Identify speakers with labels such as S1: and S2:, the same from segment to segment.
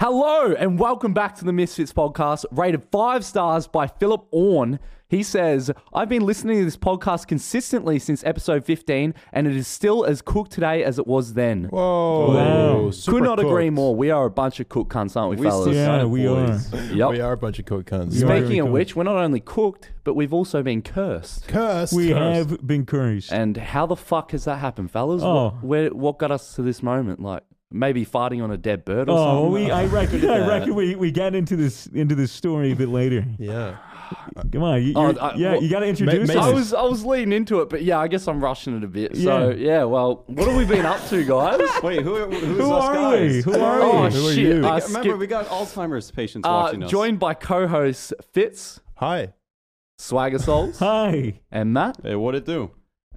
S1: Hello and welcome back to the Misfits podcast, rated five stars by Philip Orne. He says, I've been listening to this podcast consistently since episode 15, and it is still as cooked today as it was then.
S2: Whoa.
S3: Wow.
S1: Could not agree more. We are a bunch of cook cunts, aren't we,
S2: We
S1: fellas?
S2: still
S3: Yeah,
S2: got it,
S3: we
S2: boys.
S3: are.
S1: Yep.
S2: We are a bunch of cook cunts.
S3: You are.
S1: Speaking of
S3: cool.
S1: which, we're not only cooked, but we've also been cursed.
S2: Cursed.
S3: We
S2: Cursed.
S3: have been cursed.
S1: And how the fuck has that happened, fellas?
S3: Oh.
S1: What, where, what got us to this moment? Like maybe farting on a dead bird or something?
S3: Oh, we, I reckon, I
S1: Yeah.
S3: reckon we, we get into this into this story a bit later.
S2: Yeah.
S3: Come on, you,
S1: Oh,
S3: you're-
S1: I-
S3: yeah,
S1: well,
S3: you got to introduce
S2: Mason-
S1: I
S3: us.
S1: was I was leaning into it, but yeah, I guess I'm rushing it a bit. So
S3: Yeah.
S1: yeah, well, what have we been up to, guys?
S4: Wait, who, who's
S3: Who
S4: us
S3: are
S4: guys?
S3: we? Who are
S1: oh
S3: we?
S1: shit!
S3: you?
S1: I
S4: Remember,
S1: skipped-
S4: we got Alzheimer's patients
S1: uh,
S4: watching us.
S1: joined by co-hosts Fitz,
S2: Hi.
S1: Swagger Souls,
S3: Hi.
S1: and Matt.
S4: Hey, what it do?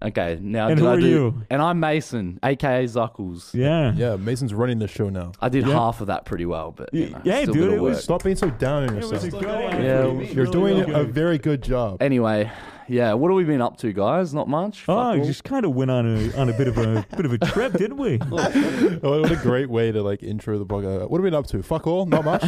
S1: Okay, now
S3: And
S1: did
S3: who
S1: I
S3: are
S1: do-
S3: you?
S1: And I'm Mason, aka Zuckles.
S3: Yeah.
S2: Yeah, Mason's running the show now.
S1: I did
S3: Yeah.
S1: half of that pretty well, but you
S3: Y-
S1: know,
S3: yeah,
S1: still
S3: dude,
S1: gonna
S3: it was-
S1: work.
S2: Stop being so down on yourself.
S3: It was a good effort.
S1: Yeah,
S3: What do you mean?
S2: You're
S3: Really
S2: doing
S3: good.
S2: a very good job.
S1: Anyway, yeah, what have we been up to, guys? Not much.
S3: Oh,
S1: Fuck all.
S3: we just kind of went on a on a bit of a bit of a trip, didn't we?
S2: Oh, what a great way to like intro the book. Uh, What have we been up to? Fuck all, not much.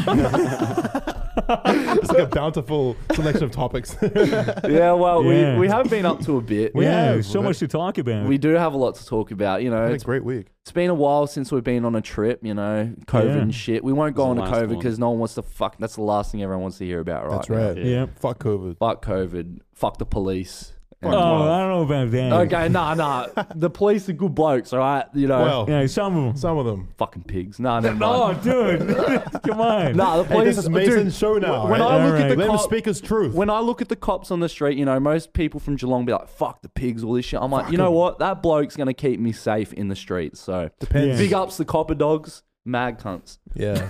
S2: it's like a bountiful selection of topics.
S1: yeah, well,
S3: Yeah.
S1: we, we have been up to a bit.
S3: We
S1: we,
S2: Yeah,
S3: have so
S2: but-
S3: much to talk about.
S1: do have a lot to talk about. You know,
S2: Had a
S1: it's,
S2: great week.
S1: it's been a while since we've been on a trip. You know, COVID
S3: Yeah.
S1: and shit. We won't go
S4: It
S1: on
S4: was
S1: to
S4: the last
S1: COVID
S4: one.
S1: because no one wants to fuck. That's the last thing everyone wants to hear about, right?
S2: That's right.
S4: Yeah.
S3: yeah.
S2: Fuck COVID.
S1: Fuck COVID. Fuck the police.
S3: Oh,
S1: And-
S3: I don't know about that.
S1: Okay, nah, nah. the police are good blokes, all right. You know,
S2: Well,
S3: Yeah, some of them.
S2: some of them.
S1: fucking pigs. Nah, never mind.
S3: Oh, dude, come on.
S1: Nah, the
S2: Hey,
S1: police.
S2: this is Mason's
S1: dude,
S2: show now.
S1: when
S2: right?
S1: I look
S3: Alright.
S1: at the
S2: Let him
S1: cop-
S2: speak his truth.
S1: when I look at the cops on the street, you know, most people from Geelong be like, "Fuck the pigs, all this shit." I'm like, you know what? That bloke's gonna keep me safe in the streets. So
S2: Depends.
S1: big ups the copper dogs, mad cunts.
S2: Yeah.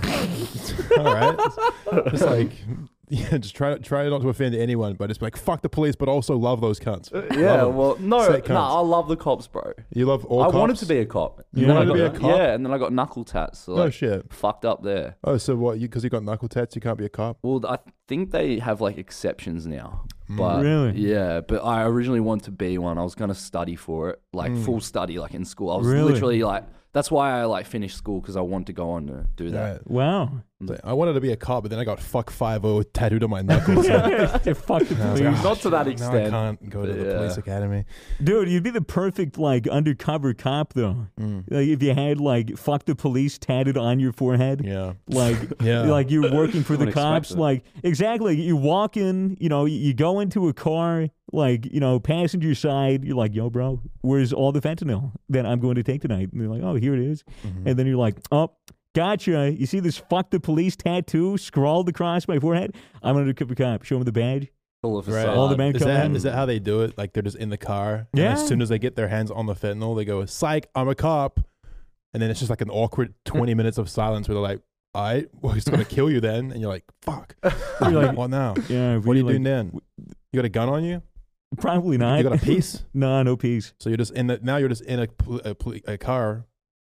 S2: All right. Just like yeah, just try try not to offend anyone, but it's like fuck the police, but also love those cunts.
S1: Uh, Yeah,
S2: Love 'em.
S1: well, no,
S2: Sick cunts.
S1: nah, I love the cops, bro.
S2: you love all.
S1: I
S2: cops?
S1: wanted to be a cop. And
S3: You
S1: then
S3: wanted
S1: I
S3: to
S1: got-
S2: be a cop?
S1: Yeah, and then I got knuckle tats. So
S2: No
S1: like,
S2: shit.
S1: Fucked up there.
S2: Oh, so what? You because you got knuckle tats, you can't be a cop.
S1: Well, I think they have like exceptions now. But
S3: Really?
S1: Yeah, but I originally wanted to be one. I was going to study for it, like full study, like in school. I was
S3: Really?
S1: literally like, that's why I like finished school because I wanted to go on to do that.
S2: Right.
S3: Wow.
S2: It's like, I wanted to be a cop, but then I got fuck five o tattooed on my knuckles. And
S3: Yeah, Fuck the
S2: I was like,
S3: police.
S2: "Ah,
S1: Not to that
S2: shit, now
S1: extent,
S2: I can't go to
S1: but
S2: the
S1: yeah.
S2: police academy.
S3: Dude, you'd be the perfect like undercover cop though.
S2: Mm.
S3: Like if you had like fuck the police tatted on your forehead.
S2: Yeah.
S3: Like
S2: Yeah.
S3: like you're working for the
S4: Wouldn't expect
S3: cops.
S4: that.
S3: Like exactly. You walk in, you know, you go into a car, like, you know, passenger side, you're like, yo, bro, where's all the fentanyl that I'm going to take tonight? And they're like, Oh, here it is.
S2: Mm-hmm.
S3: And then you're like, Oh, gotcha. You see this fuck the police tattoo scrawled across my forehead? I'm an undercover cop. Show him the badge.
S1: All of a
S2: Right.
S1: sudden.
S3: All the men
S2: Is
S3: come
S2: that
S3: in.
S2: is that how they do it? Like they're just in the car. and
S3: Yeah.
S2: As soon as they get their hands on the fentanyl, they go, "Psych, I'm a cop," and then it's just like an awkward twenty minutes of silence where they're like, "All right, well, he's gonna kill you then," and you're like, "Fuck,
S3: You're like,
S2: what now?
S3: yeah,
S2: What are you
S3: like,
S2: doing then? You got a gun on you?
S3: Probably not.
S2: You got a piece?
S3: no, no peace.
S2: So you're just in the now you're just in a pl- a, pl- a car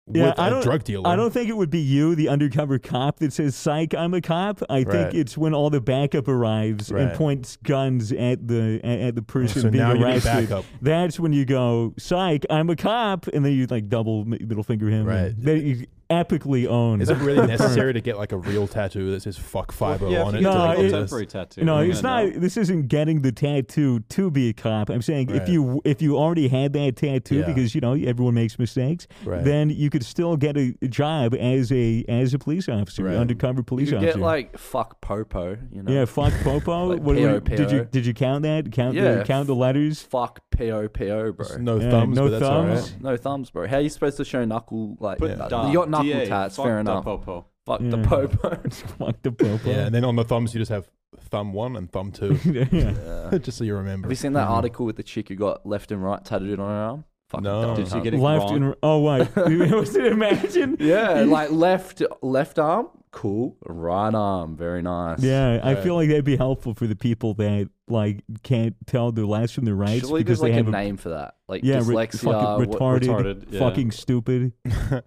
S3: Yeah,
S2: with
S3: I
S2: a
S3: don't-
S2: drug dealer.
S3: I don't think it would be you, the undercover cop, that says "Psych, I'm a cop." I think
S2: Right.
S3: it's when all the backup arrives and
S2: Right.
S3: points guns at the at, at the person
S2: so
S3: being
S2: now you need
S3: arrested.
S2: backup.
S3: That's when you go "Psych, I'm a cop," and then you like double mi- middle finger him.
S2: Right.
S3: That you epically own.
S2: Is it really necessary to get like a real tattoo that says "fuck five
S1: oh
S2: O on it?
S3: you
S2: to, like,
S3: get a
S2: all
S3: it-
S2: this?
S4: temporary tattoo.
S3: no,
S4: You're
S3: it's
S4: gonna
S3: not.
S4: know.
S3: This isn't getting the tattoo to be a cop. I'm saying if
S2: Right.
S3: you if you already had that tattoo
S2: Yeah.
S3: because you know everyone makes mistakes,
S2: Right.
S3: then you could still get a job as a as a police officer,
S2: Right.
S3: undercover police
S1: You could get
S3: officer.
S1: like fuck Popo, you know?
S3: Yeah, fuck Popo.
S1: Like
S3: what,
S1: PO,
S3: what- did you
S1: PO.
S3: did you count that? Count
S1: Yeah.
S3: the count the letters.
S1: Fuck POPO, bro.
S2: There's No
S3: Yeah,
S2: thumbs,
S3: no
S2: but that's all
S3: thumbs.
S2: right.
S1: No thumbs, bro. How are you supposed to show knuckle? Like,
S4: Put
S1: uh,
S4: da-
S1: you got knuckle
S4: DA,
S1: tats,
S4: fuck
S1: fair
S4: the
S1: enough.
S4: popo.
S1: Fuck
S3: Yeah.
S1: the Popo.
S3: Fuck the Popo.
S2: Yeah, and then on the thumbs you just have thumb one and thumb two,
S3: Yeah.
S2: just so you remember.
S1: Have you seen that article with the chick who got left and right tattooed on her arm? Fucking
S2: No.
S1: dumb
S2: Did she
S1: cunt.
S4: get it
S3: Left
S4: wrong.
S3: and r- oh what? Was it imagine?
S1: Yeah, like left left arm, cool. Right arm, very nice.
S3: Yeah, I
S2: Right.
S3: feel like that'd be helpful for the people that like can't tell their last from their rights
S1: Surely
S3: because
S1: there's like
S3: they
S1: a
S3: have
S1: name for that, like
S3: yeah, re-
S1: dyslexia.
S3: fucking
S1: what-
S3: retarded,
S4: retarded, yeah.
S3: fucking stupid.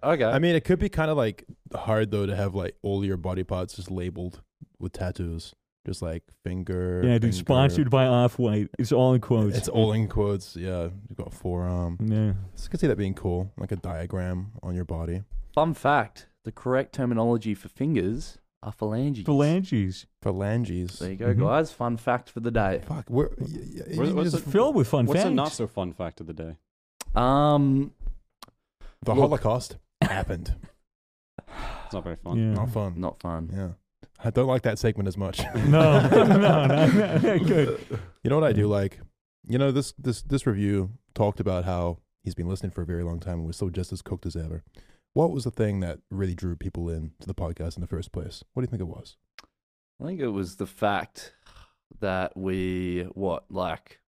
S1: okay,
S2: I mean, it could be kind of like hard though to have like all your body parts just labeled with tattoos, just like finger.
S3: Yeah,
S2: finger.
S3: dude, sponsored by Off White. It's all in quotes. Mm.
S2: It's all in quotes. Yeah, you've got forearm.
S3: yeah.
S2: So I could see that being cool, like a diagram on your body.
S1: fun fact: The correct terminology for fingers are phalanges.
S3: Phalanges.
S2: Phalanges.
S1: There you go,
S3: Mhm.
S1: guys. Fun fact for the day.
S2: Fuck. Where, y- y- you
S4: Where's- what's
S2: just-
S4: the-
S3: Filled with fun
S4: What's a
S3: facts.
S4: not so fun fact of the day?
S1: Um,
S2: the
S1: Look.
S2: Holocaust happened.
S4: It's not very fun.
S3: yeah.
S2: Not fun.
S1: not fun.
S2: Yeah. I don't like that segment as much.
S3: No, no, no, no, good.
S2: You know what I do like? You know this this this review talked about how he's been listening for a very long time and was still just as cooked as ever. What was the thing that really drew people in to the podcast in the first place? What do you think it was?
S1: I think it was the fact that we what like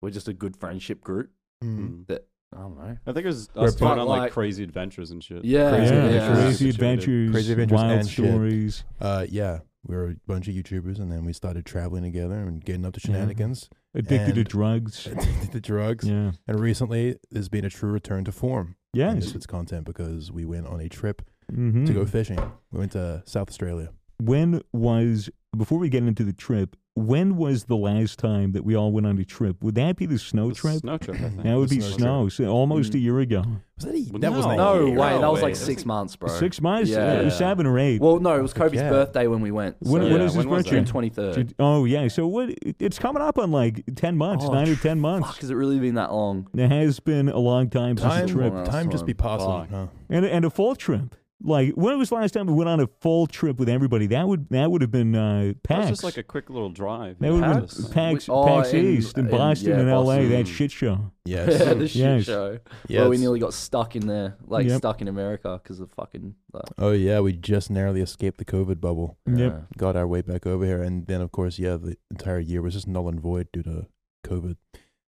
S1: we're just a good friendship group.
S3: Hmm.
S4: Mm.
S1: That I don't know.
S4: I think it was
S2: We're
S4: us going
S1: both
S4: on like,
S1: like-
S4: crazy adventures and shit.
S1: Yeah,
S2: Crazy
S3: yeah.
S2: adventures.
S3: Crazy adventures,
S2: Crazy adventures
S3: wild
S2: and shit.
S3: stories.
S2: Uh, yeah, we were a bunch of YouTubers, and then we started traveling together and getting up to
S3: Yeah.
S2: shenanigans,
S3: Addicted to
S2: And-
S3: drugs.
S2: the drugs,
S3: Yeah.
S2: and recently there's been a true return to form in
S3: Yes.
S2: this week's content because we went on a trip
S3: Mm-hmm.
S2: to go fishing. We went to South Australia.
S3: when was before we get into the trip? When was the last time that we all went on a trip? Would that be the snow
S4: The
S3: trip?
S4: Snow trip. I think.
S3: that would
S2: the
S3: be
S2: snow
S3: snow. So almost a
S1: Mm.
S3: year ago.
S2: Was that? A,
S4: Well,
S2: that was
S4: no.
S2: like
S1: No
S4: Oh,
S1: way. That was
S4: way.
S1: like six months, bro.
S3: Six months.
S1: Yeah.
S3: It was seven or eight.
S1: Well, no, it was Kobe's
S2: Yeah.
S1: birthday when we went.
S3: when,
S1: so-
S3: when
S4: yeah,
S3: is his
S4: when was
S3: birthday?
S1: June twenty third.
S3: Ju- Oh yeah. So what? it- It's coming up on like ten months,
S1: Oh,
S3: nine or ten months.
S1: Fuck, has it really been that long?
S3: It has been a long time since
S2: time.
S3: a trip,
S1: Wow,
S2: time just be passing.
S4: Fuck.
S2: huh?
S3: and and a full trip. Like when was the last time we went on a full trip with everybody? That would that would have been uh,
S4: That was
S3: PAX.
S4: just like a quick little drive.
S3: that
S4: you
S3: would
S4: know,
S3: have been
S4: just-
S3: PAX,
S1: Oh,
S3: PAX
S1: in-
S3: East in
S1: in-
S3: Boston
S1: yeah,
S3: and LA. That
S4: Boston.
S3: shit show.
S2: Yes.
S1: Yeah, the shit
S3: Yes.
S1: show.
S2: Yeah,
S1: Where we
S2: it's-
S1: nearly got stuck in there, like
S3: Yep.
S1: stuck in America because of fucking. That.
S2: Oh yeah, we just narrowly escaped the COVID bubble,
S3: Yep.
S1: Yeah.
S2: got our way back over here, and then of course, yeah, the entire year was just null and void due to COVID.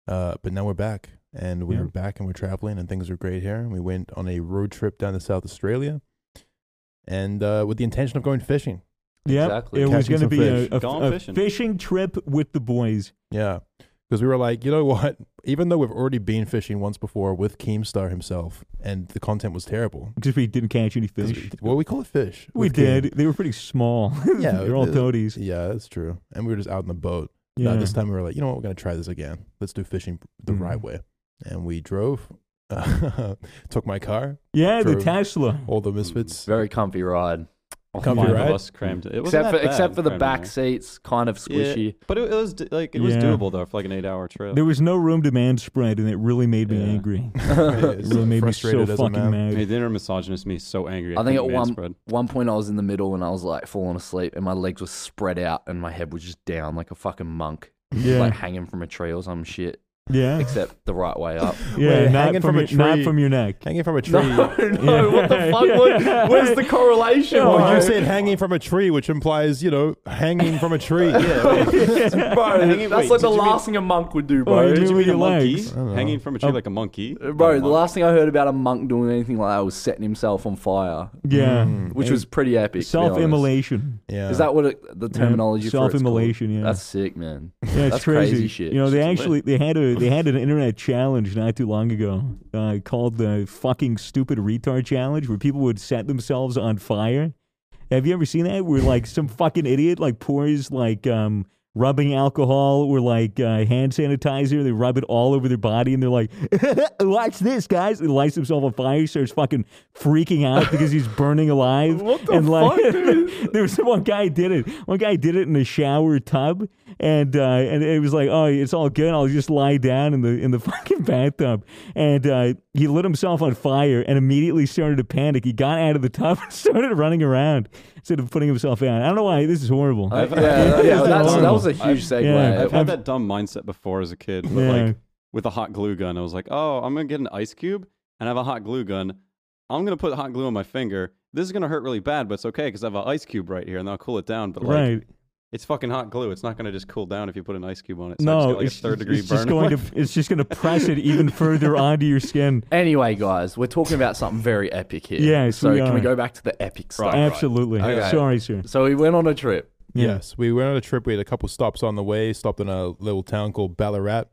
S2: Uh, but now we're back, and we
S3: Yeah.
S2: are back, and we're traveling, and things are great here. We went on a road trip down to South Australia, and uh, with the intention of going fishing.
S3: Yep.
S1: Exactly.
S3: It was
S2: Catching
S3: going to
S2: some
S3: be a,
S2: fish.
S3: a-
S4: Gone
S3: a
S4: fishing.
S3: fishing trip with the boys.
S2: Yeah, because we were like, you know what? Even though we've already been fishing once before with Keemstar himself, and the content was terrible.
S3: Because we didn't catch any fish.
S2: Well, we call it fish.
S3: We
S2: with Keem.
S3: did. They were pretty small.
S2: Yeah,
S3: they're all
S2: the-
S3: toadies.
S2: Yeah, that's true. And we were just out in the boat.
S3: Yeah.
S2: Now, this time we were like, you know what, we're gonna try this again. Let's do fishing the
S3: Mhm.
S2: right way. And we drove, uh, took my car,
S3: yeah, the
S2: True.
S3: Tesla.
S2: all the misfits.
S3: Mm.
S1: Very comfy ride,
S4: All
S2: Comfy
S4: five
S2: ride?
S4: of us crammed. It wasn't
S1: except
S4: that
S1: for
S4: bad
S1: except for the
S4: crammed in
S1: back
S4: there.
S1: seats, kind of squishy.
S4: But it, it was d- like it was
S3: Yeah.
S4: doable though for like an eight-hour trip.
S3: There was no room demand spread, and it really made me
S4: Yeah.
S3: angry. It
S2: It's
S3: really made me so
S2: frustrated as a
S3: fucking
S2: man.
S3: mad.
S4: Hey, the inner misogynist made me so angry.
S1: I think
S4: couldn't
S1: at
S4: man
S1: one-
S4: spread.
S1: One point, I was in the middle and I was like falling asleep, and my legs were spread out, and my head was just down like a fucking monk, like
S3: Yeah,
S1: hanging from a tree or some shit,
S3: yeah,
S1: except the right way up.
S3: yeah.
S2: Wait,
S3: Not
S2: hanging
S3: from,
S2: from a
S3: your, not
S2: tree.
S3: from your neck.
S2: Hanging from a tree.
S1: No, no, what the
S3: Yeah.
S1: fuck? What, where's the correlation?
S2: Oh,
S1: bro?
S2: you said hanging from a tree, which implies, you know, hanging from a tree. yeah.
S1: bro,
S4: Hang it-
S1: that's
S4: wait,
S1: like the
S4: did you
S1: last thing a monk would do,
S3: Oh,
S1: bro. Uh,
S3: you
S4: Did
S3: mean
S4: you
S3: with
S4: mean a
S3: your
S4: monkey?
S3: legs?
S2: don't know.
S4: Hanging from a
S3: Oh.
S4: tree like a monkey?
S1: Bro, the
S4: Monk.
S1: last thing I heard about a monk doing anything like that was setting himself on fire,
S3: Yeah,
S1: which was pretty epic. to be honest.
S3: self-immolation.
S2: Mm, Yeah.
S1: Is that what it, the terminology for it's called?
S3: Self-immolation. Yeah.
S1: That's sick, man.
S3: Yeah, it's
S1: That's
S3: crazy.
S1: crazy shit.
S3: You know, they
S1: It's lit.
S3: actually they had a they had an internet challenge not too long ago uh, called the fucking stupid retard challenge, where people would set themselves on fire. Have you ever seen that? Where like some fucking idiot like pours like um rubbing alcohol or like uh, hand sanitizer, they rub it all over their body, and they're like, "Watch this, guys!" And lights himself on fire, starts fucking freaking out because he's burning alive.
S1: What the
S3: and like,
S1: fuck, dude?
S3: there was one guy did it. One guy did it in a shower tub, and uh, and it was like, oh, it's all good. I'll just lie down in the in the fucking bathtub. And uh, he lit himself on fire and immediately started to panic. He got out of the tub and started running around instead of putting himself out. I don't know why this is horrible.
S1: I- yeah, yeah,
S3: It's
S1: that's, that
S3: horrible.
S1: was a huge segue.
S3: yeah,
S4: I've had that dumb mindset before as a kid, but
S3: Yeah.
S4: like with a hot glue gun, I was like, oh, I'm gonna get an ice cube and have a hot glue gun. I'm gonna put hot glue on my finger. This is gonna hurt really bad, but it's okay because I have an ice cube right here and I'll cool it down. But like,
S3: right?
S4: it's fucking hot glue. It's not gonna just cool down if you put an ice cube on it. So I just
S3: no,
S4: got, like
S3: it's,
S4: a third degree
S3: it's
S4: burn.
S3: just going to it's just going to press it even further onto your skin.
S1: Anyway, guys, we're talking about something very epic here.
S3: Yes,
S1: so
S3: we
S1: can we
S3: are.
S1: go back to the epic stuff?
S3: Absolutely.
S1: Okay.
S3: Sorry, sir.
S1: So we went on a trip.
S2: Yes. We went on a trip. We had a couple stops on the way, stopped in a little town called Ballarat.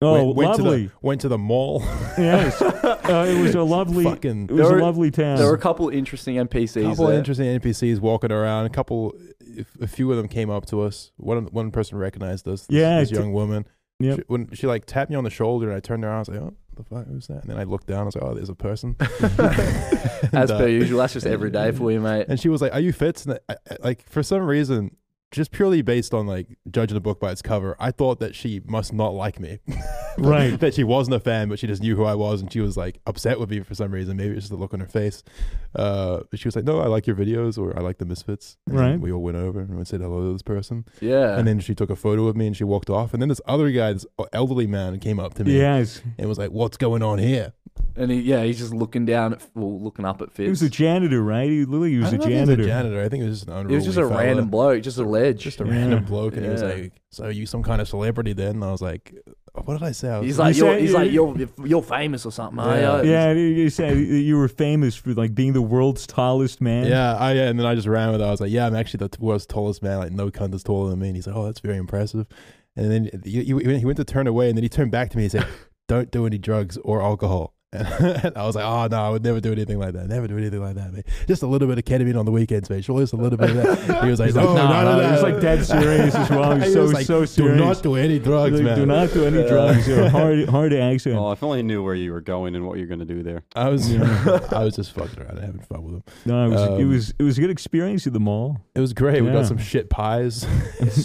S3: Oh,
S2: went, went
S3: lovely.
S2: To the, went to the mall.
S3: yes, uh, it was a lovely.
S2: Fucking-
S3: it was
S1: There
S3: a
S1: were-
S3: lovely town.
S1: There were a couple interesting NPCs.
S2: couple
S1: there.
S2: interesting NPCs walking around. A couple, if- a few of them came up to us. One one person recognized us. This,
S3: Yeah,
S2: this
S3: t-
S2: young woman.
S3: Yep.
S2: She, when she like tapped me on the shoulder and I turned around, I was like, "Oh, the fuck who's that? And then I looked down. I was like, oh, there's a person.
S1: As
S2: And, uh,
S1: per usual, that's just every day for you, mate.
S2: And she was like, "Are you fits?" And I, I, like for some reason, just purely based on like judging a book by its cover, I thought that she must not like me,
S3: Right.
S2: that she wasn't a fan, but she just knew who I was, and she was like upset with me for some reason. Maybe it's just the look on her face. Uh, but she was like, "No, I like your videos, or I like the Misfits." And then
S3: Right.
S2: We all went over and we said hello to this person,
S1: Yeah.
S2: and then she took a photo of me and she walked off. And then this other guy, this elderly man, came up to me
S3: Yes.
S2: and was like, "What's going on here?"
S1: And he, yeah, he's just looking down, at, well, looking up at Fitz.
S3: He was a janitor, right? He literally he
S2: I
S3: was a
S2: don't know if he was
S3: janitor.
S2: janitor. I think it was just an unruly
S1: It was just a
S2: fella.
S1: random bloke, just a ledge.
S2: just a
S3: Yeah.
S2: random bloke, and he was
S1: Yeah.
S2: like, "So you some kind of celebrity then?" And I was like, "What did I say?" I was
S1: he's
S3: You
S1: like, you're,
S3: say-
S1: he's like, you're, you're famous or something. are ya?"
S2: Yeah.
S3: Yeah, you you said you were famous for like being the world's tallest man.
S2: yeah, I, yeah, and then I just ran with it. I was like, "Yeah, I'm actually the world's tallest man. Like, no cunt is taller than me." And he's like, "Oh, that's very impressive." And then he, he, he went to turn away, and then he turned back to me and said, "Don't do any drugs or alcohol." And I was like, "Oh no, I would never do anything like that. Never do anything like that, man. Just a little bit of ketamine on the weekends, man. Sure, just a little bit of that." He was like,
S3: He's like,
S2: "No,
S3: "Nah,
S2: no, no,
S3: nah."
S2: no."
S3: He's like dead serious as well. He's
S2: He
S3: so-
S2: was like,
S3: so
S2: Do
S3: serious.
S2: not do any drugs,
S3: Like,
S2: man.
S3: do not do any drugs. You're a hard, hard accent.
S4: Oh, if only I knew where you were going and what you're going to do there.
S2: I was, I was just fucking around and having fun with him.
S3: No, it was, it
S2: Um,
S3: was it was a good experience at the mall.
S2: It was great. We
S3: Yeah.
S2: got some shit pies.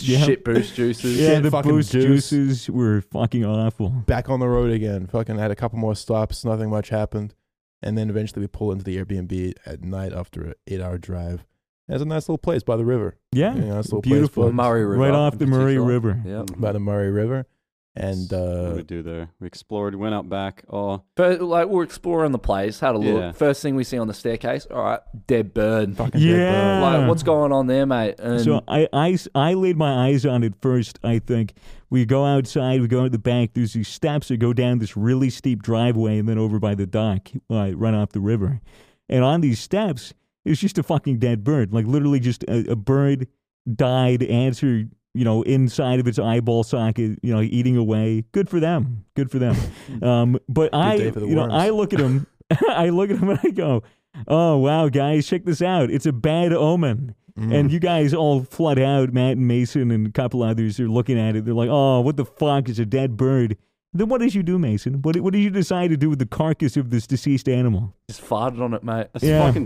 S3: Yeah.
S1: Shit boost juices.
S3: Yeah,
S2: shit
S3: the
S2: fucking
S3: boost
S2: juice.
S3: juices were fucking awful.
S2: Back on the road again. Fucking had a couple more stops. Nothing much happened. And then eventually we pull into the Airbnb at night after an eight hour drive. And it's a nice little place by the river.
S3: Yeah,
S2: You know, nice little
S3: beautiful.
S2: Place
S1: Murray River.
S3: right off
S1: in
S3: the Murray
S1: particular.
S3: River.
S1: Yeah.
S2: by, by the Murray River. And
S4: what did
S2: uh,
S4: we do there? We explored, went out back. Oh,
S1: But like we're exploring the place, had a look.
S4: Yeah.
S1: First thing we see on the staircase, all right, dead bird.
S2: fucking dead
S3: Yeah.
S2: bird.
S1: Like what's going on there, mate? And
S3: So I, I s- I laid my eyes on it first. I think we go outside, we go to the bank. There's these steps that go down this really steep driveway, and then over by the dock, uh, right off the river. And on these steps, it's just a fucking dead bird, like literally just a, a bird died, answer, you know, inside of its eyeball socket, you know, eating away. Good for them. Good for them. um, but I,
S2: Hmm. day for the
S3: you know,
S2: worms.
S3: I look at him, I look at him, and I go. Oh wow, guys! Check this out. It's a bad omen.
S2: Mm-hmm.
S1: Hmm.
S3: And you guys all flood out. Matt and Mason and a couple others are looking at it. They're like, "Oh, what the fuck is a dead bird?" Then what did you do, Mason? What did, what did you decide to do with the carcass of this deceased animal?
S1: just farted on it, mate.
S4: that's
S3: Yeah.
S4: fucking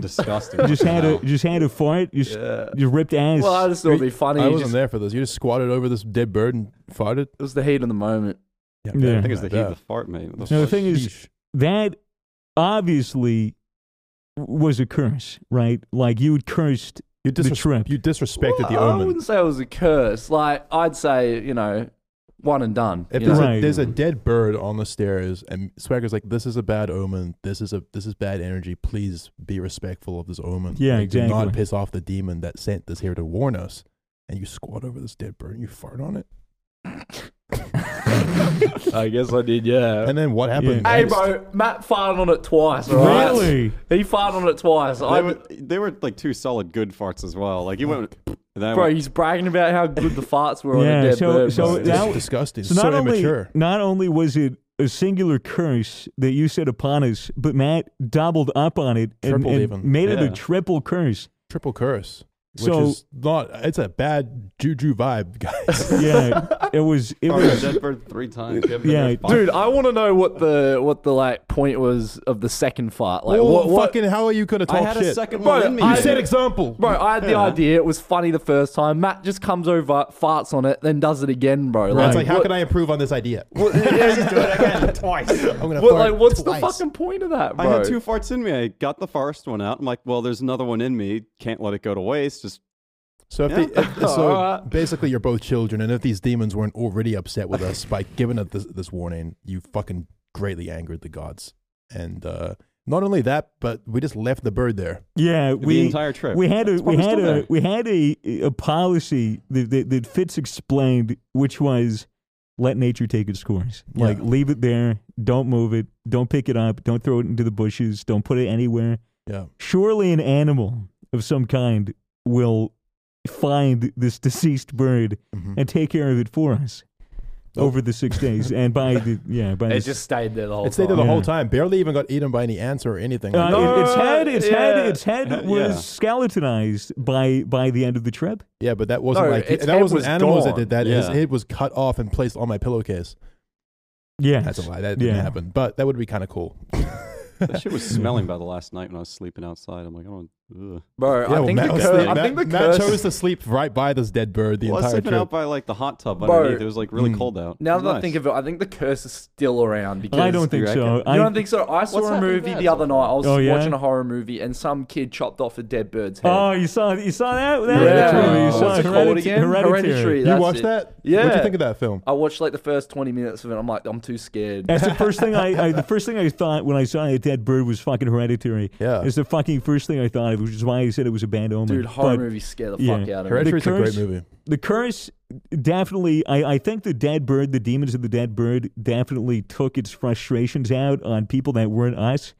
S4: disgusting.
S3: You just had
S4: Wow.
S3: a just had a fart. You just,
S1: Yeah.
S3: you ripped ass.
S1: Well, I just thought it'd be funny.
S2: I
S1: you
S2: wasn't
S1: just-
S2: there for this. You just squatted over this dead bird and farted.
S1: it was the heat of the moment.
S2: Yeah,
S3: Yeah.
S4: I think it's the heat
S2: Yeah.
S4: of the fart, mate. What the
S3: no, the
S4: fuck?
S3: thing is,
S2: Yeesh.
S3: that obviously was a curse, right? Like you had cursed
S2: You,
S3: the
S2: disres-
S3: trip.
S2: you disrespected the
S1: Well, I
S2: omen.
S1: wouldn't say it was a curse. Like I'd say, you know, one and done.
S2: If
S1: you know?
S2: there's,
S3: Right.
S2: a, there's a dead bird on the stairs, and Swagger's like, "This is a bad omen. This is a this is bad energy. Please be respectful of this omen.
S3: Yeah,
S2: Like, Do not
S3: exactly.
S2: piss off the demon that sent this here to warn us." And you squat over this dead bird and you fart on it.
S1: I guess I did, yeah.
S2: And then what happened?
S1: hey,
S2: next?
S1: bro, Matt farted on it twice. all right?
S3: Really?
S1: He farted on it twice. I,
S4: They were, they were like two solid good farts as well. Like you went, and I
S1: bro,
S4: went,
S1: he's bragging about how good the farts were on a
S3: Yeah,
S1: dead
S3: so-
S1: bird.
S3: so
S1: bro.
S2: This is
S3: that-
S2: disgusting.
S3: So
S2: So,
S3: not only
S2: immature.
S3: not only was it a singular curse that you set upon us, but Matt doubled up on it and,
S2: Tripled
S3: and
S2: even.
S3: made it a
S4: Yeah.
S3: triple curse.
S2: Triple curse. Which
S3: So-
S2: is not. It's a bad juju vibe, guys.
S3: Yeah, it was it
S4: farted
S3: was
S4: dead bird three times. Kevin,
S3: Yeah,
S4: and I farted.
S1: Dude, I want to know what the what the like point was of the second fart. Like,
S2: Well,
S1: what, what-
S2: fucking? How are you gonna talk
S4: I had
S2: shit?
S4: a second
S1: Bro,
S4: one in me.
S1: I-
S2: you set example.
S1: Bro, I had the
S4: Yeah.
S1: idea. It was funny the first time. Matt just comes over, farts on it, then does it again, bro.
S2: It's
S1: Like,
S2: like, how
S1: what-
S2: can I improve on this idea?
S1: what- yeah,
S4: twice.
S2: I'm gonna
S1: what-
S2: fart
S1: like, what's
S2: twice.
S1: the fucking point of that, bro?
S4: I had two farts in me. I got the first one out. I'm like, well, there's another one in me. Can't let it go to waste. Just
S2: So, if
S4: Yeah.
S2: they, if- so
S1: Alright.
S2: basically, you're both children, and if these demons weren't already upset with us by giving us this, this warning, you fucking greatly angered the gods. And uh, not only that, but we just left the bird there.
S3: yeah
S4: the
S3: we
S4: entire trip.
S3: we had a
S4: It's
S3: we
S4: probably
S3: had
S4: still
S3: a
S4: there.
S3: we had a a policy that, that that Fitz explained, which was let nature take its course.
S2: Yeah.
S3: Like leave it there, don't move it, don't pick it up, don't throw it into the bushes, don't put it anywhere.
S2: Yeah,
S3: surely an animal of some kind will find this deceased bird
S2: Mm-hmm.
S3: and take care of it for us over the six days. And by the yeah, by
S1: It
S3: the,
S1: just stayed there the whole
S2: it stayed there the
S1: time.
S2: whole
S3: Yeah.
S2: time, barely even got eaten by any ants or anything.
S3: uh,
S2: like that.
S3: it- its head, its head,
S1: Oh, Yeah.
S3: its head
S4: Yeah.
S3: was skeletonized by by the end of the trip.
S2: yeah, but that wasn't
S1: No,
S2: like
S1: its
S2: that
S1: head
S2: wasn't
S1: was
S2: animals that
S1: gone.
S2: did that. His
S4: Yeah.
S2: head was cut off and placed on my pillowcase.
S3: Yeah.
S2: That's a lie. That didn't
S3: Yeah.
S2: happen. But that would be kind of cool.
S4: That shit was smelling by the last night when I was sleeping outside. I'm like, I don't. Ugh.
S1: Bro, I,
S2: well,
S1: think
S2: Matt
S1: the
S2: was-
S1: cur-
S2: Matt-
S1: I think the
S2: Matt
S1: curse.
S2: chose to sleep right by this dead bird the
S4: Well, I was
S2: entire
S4: sleeping
S2: trip.
S4: out by like the hot tub
S1: Bro.
S4: underneath. It was like really
S2: Mm.
S4: cold out.
S1: now
S4: It was
S1: that I
S4: nice.
S1: think of it, I think the curse is still around because
S3: I don't think so.
S4: You reckon?
S1: You
S3: I,
S1: don't think so? I saw
S4: What's
S1: a
S4: happened
S1: movie
S4: there
S1: the
S4: so
S1: other night. I was
S3: Oh, yeah?
S1: watching a horror movie, and some kid chopped off a dead bird's head.
S3: oh, you saw you saw that? that
S1: Yeah.
S3: movie. You
S4: Oh.
S3: saw
S4: What's it
S1: called
S3: Heredit-
S1: again?
S3: Hereditary.
S1: Hereditary.
S2: you
S1: That's
S2: watched
S1: it.
S2: that? What'd
S1: Yeah.
S2: you think of that film?
S1: I watched like the first twenty minutes of it. I'm like, I'm too scared.
S3: That's the first thing I, I the first thing I thought when I saw that dead bird was fucking hereditary.
S2: Yeah.
S3: It's the fucking first thing I thought of, which is why I said it was a bad omen.
S1: Uh. Dude, horror
S3: But
S1: movies scare the
S3: yeah.
S1: fuck out of me.
S2: Hereditary's a great
S3: curse-
S2: movie.
S3: The curse definitely I, I think the dead bird, the demons of the dead bird definitely took its frustrations out on people that weren't us.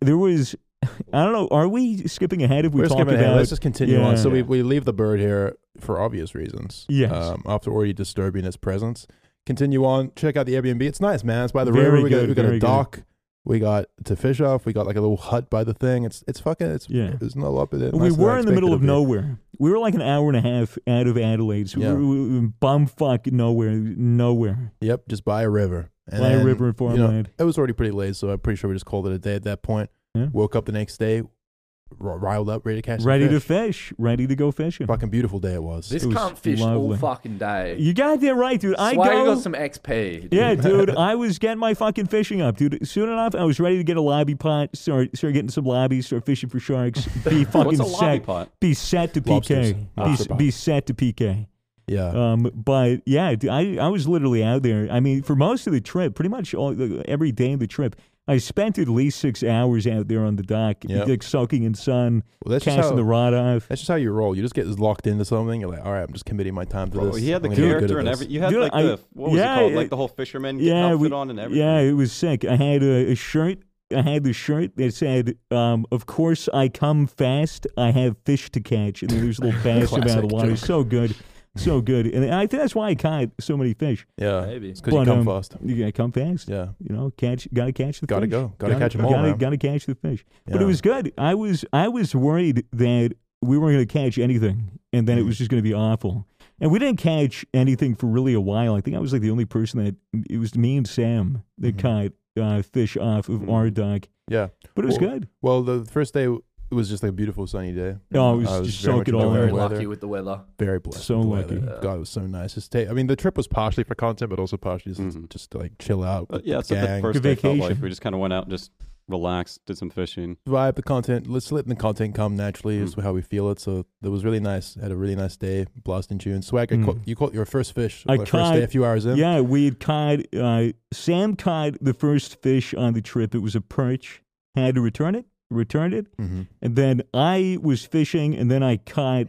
S3: There was I don't know, are we skipping ahead if we
S2: We're
S3: talk
S2: skipping
S3: about
S2: ahead. Let's just continue
S3: Yeah.
S2: on. So we, we leave the bird here for obvious reasons.
S3: Yes.
S2: Um, after already disturbing its presence. Continue on. Check out the Airbnb. It's nice, man. It's by the
S3: Very
S2: river. We got
S3: good,
S2: we got
S3: very
S2: a
S3: good.
S2: dock. We got to fish off. We got like a little hut by the thing. It's it's fucking it's
S3: Yeah.
S2: It's not up in it.
S3: we were in the middle of nowhere. We were like an hour and a half out of Adelaide, so
S2: Yeah.
S3: we were, we were bumfuck nowhere, nowhere.
S2: Yep, just by a river. And
S3: By a
S2: then,
S3: river and
S2: you know,
S3: farmland.
S2: it was already pretty late, so I'm pretty sure we just called it a day at that point.
S3: Yeah.
S2: Woke up the next day, r- riled up, ready to catch. some
S3: ready
S2: fish.
S3: to fish, ready to go fishing.
S2: Fucking beautiful day it was.
S1: This
S3: It was
S1: can't fish all
S3: lovely.
S1: fucking day.
S3: You got that right, dude. I
S1: I Swagger
S3: go.
S1: got some XP. dude.
S3: yeah, dude. I was getting my fucking fishing up, dude. Soon enough, I was ready to get a lobby pot. Start, start getting some lobbies. Start fishing for sharks. Be fucking
S4: What's a lobby
S3: set.
S4: pot?
S3: Be set to
S2: Lobsters.
S3: PK.
S2: Lobster
S3: Be,
S2: pot.
S3: be set to PK.
S2: yeah,
S3: Um, but yeah, dude, I I was literally out there. I mean, for most of the trip, pretty much all every day of the trip, I spent at least six hours out there on the dock,
S2: Yep.
S3: like soaking in sun,
S2: Well, that's just
S3: casting
S2: how-
S3: the rod off.
S2: that's just how you roll. You just get locked into something. You're like, all right, I'm just committing my time to
S4: Bro,
S2: this.
S4: he had the
S2: I'm gonna get good
S4: character
S2: at
S4: and
S2: this."
S4: every. You had
S3: Dude,
S4: like
S3: I-
S4: the what was
S3: yeah,
S4: it called?
S3: it-
S4: like the whole fisherman
S3: yeah,
S4: outfit
S3: we,
S4: on and everything.
S3: Yeah, it was sick. I had a, a shirt. I had the shirt that said, um, "Of course I come fast. I have fish to catch." And there was a little bass about the
S2: Classic
S3: water.
S2: joke.
S3: So good, so good. And I think that's why I caught so many fish.
S2: Yeah,
S1: Maybe.
S2: because you
S3: But,
S2: come
S3: um,
S2: fast.
S3: You gotta come fast.
S2: Yeah,
S3: You know, catch. Gotta catch the
S2: Gotta
S3: fish.
S2: go. Gotta catch 'em all,
S3: Gotta,
S2: man.
S3: gotta catch the fish. But it
S2: Yeah.
S3: was good. I was I was worried that we weren't gonna catch anything, and then it
S2: Mm.
S3: was just gonna be awful. And we didn't catch anything for really a while. I think I was like the only person that it was me and Sam that caught uh, fish off of our dock.
S2: Mm-hmm. Mm. yeah.
S3: But it was
S2: Well,
S3: good.
S2: Well, the first day it was just like a beautiful sunny day.
S3: Oh, it was
S2: I
S3: just
S2: very much
S3: soaking
S2: enjoying
S3: all in.
S1: Very
S2: the weather.
S1: lucky with the weather.
S2: Very blessed.
S3: So
S2: with the weather.
S3: lucky.
S2: God, it was so nice. Just take, I mean, the trip was partially for content, but also partially just,
S4: Mhm.
S2: just to like chill out.
S4: Uh,
S2: with the
S4: yeah. That's what the
S2: gang.
S4: first day felt like.
S3: vacation.
S4: We just kind of went out, and just relaxed, did some fishing.
S2: vibe the content let's let the content come naturally is
S4: Mm.
S2: how we feel it so it was really nice had a really nice day blast in june swag I
S3: Mm.
S2: caught, you caught your first fish
S3: I
S2: like, first day
S3: caught-
S2: a few hours in
S3: Yeah, we had caught. Uh, Sam caught the first fish on the trip. It was a perch. Had to return it. Returned it.
S2: hmm
S3: And then I was fishing, and then I caught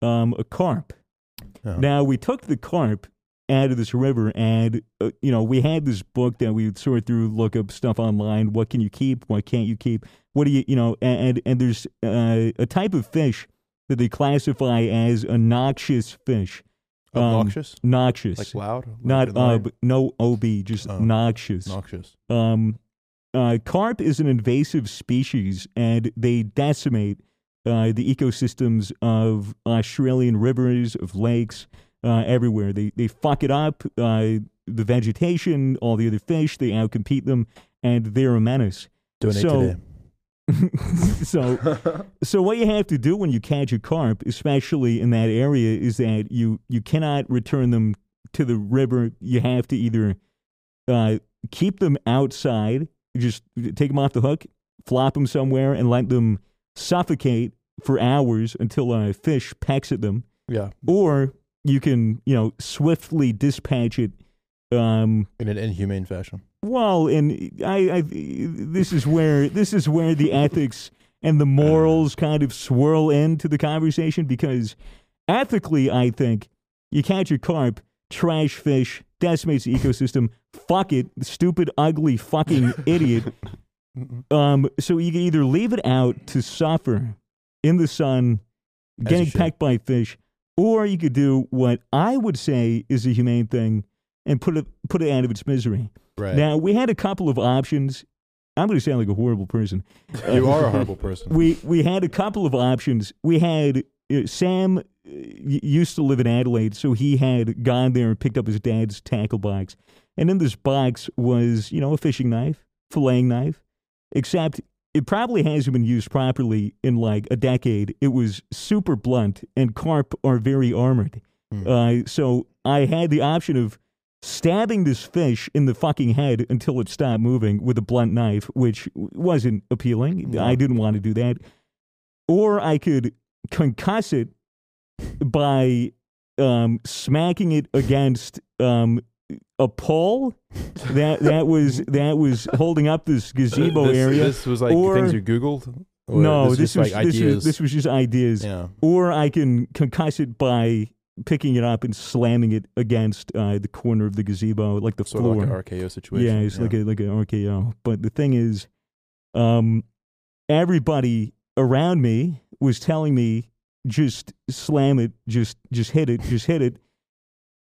S3: um, a carp.
S2: Oh.
S3: Now we took the carp out of this river, and uh, you know we had this book that we would sort through, look up stuff online. What can you keep? What can't you keep? What do you you know? a- And and there's uh, a type of fish that they classify as a noxious fish. Um,
S2: obnoxious
S3: noxious.
S2: like loud
S3: not uh,
S2: Like annoying?
S3: ob, no ob, just
S2: Oh.
S3: noxious.
S2: obnoxious
S3: Um, uh, carp is an invasive species, and they decimate uh, the ecosystems of Australian rivers, of lakes, uh, everywhere. They they fuck it up. Uh, the vegetation, all the other fish, they outcompete them, and they're a menace.
S2: donate
S3: so-
S2: today
S3: so, so what you have to do when you catch a carp, especially in that area, is that you you cannot return them to the river. You have to either uh, keep them outside, just take them off the hook, flop them somewhere, and let them suffocate for hours until a fish pecks at them,
S2: yeah
S3: or you can you know swiftly dispatch it. Um,
S2: in an inhumane fashion
S3: well, and I, I, this is where this is where the ethics and the morals kind of swirl into the conversation because ethically, I think you catch a carp, trash fish, decimates the ecosystem. Fuck it, stupid, ugly, fucking idiot. Um, so you can either leave it out to suffer in the sun,
S2: As you
S3: getting
S2: should.
S3: pecked by fish, or you could do what I would say is a humane thing and put it put it out of its misery.
S2: right
S3: Now we had a couple of options. I'm going to sound like a horrible person. uh,
S2: you are a horrible person
S3: We we had a couple of options. We had uh, Sam uh, y- used to live in Adelaide, so he had gone there and picked up his dad's tackle box. And in this box was, you know, a fishing knife, filleting knife, except it probably hasn't been used properly in like a decade. It was super blunt, and carp are very armored. Uh, so I had the option of stabbing this fish in the fucking head until it stopped moving with a blunt knife, which w- wasn't appealing. I didn't want to do that. Or I could concuss it by um, smacking it against um, a pole that that was that was holding up this gazebo
S2: this,
S3: area.
S2: This was like
S3: Or-
S2: things you Googled. Or
S3: no, this,
S2: just,
S3: was
S2: like
S3: this
S2: ideas.
S3: was this was just ideas
S2: yeah.
S3: or I can concuss it by picking it up and slamming it against uh, the corner of the gazebo, like the
S2: Sort of
S3: floor.
S2: like an RKO situation.
S3: Yeah, it's like a like an RKO. But the thing is, um, everybody around me was telling me just slam it, just just hit it, just hit it.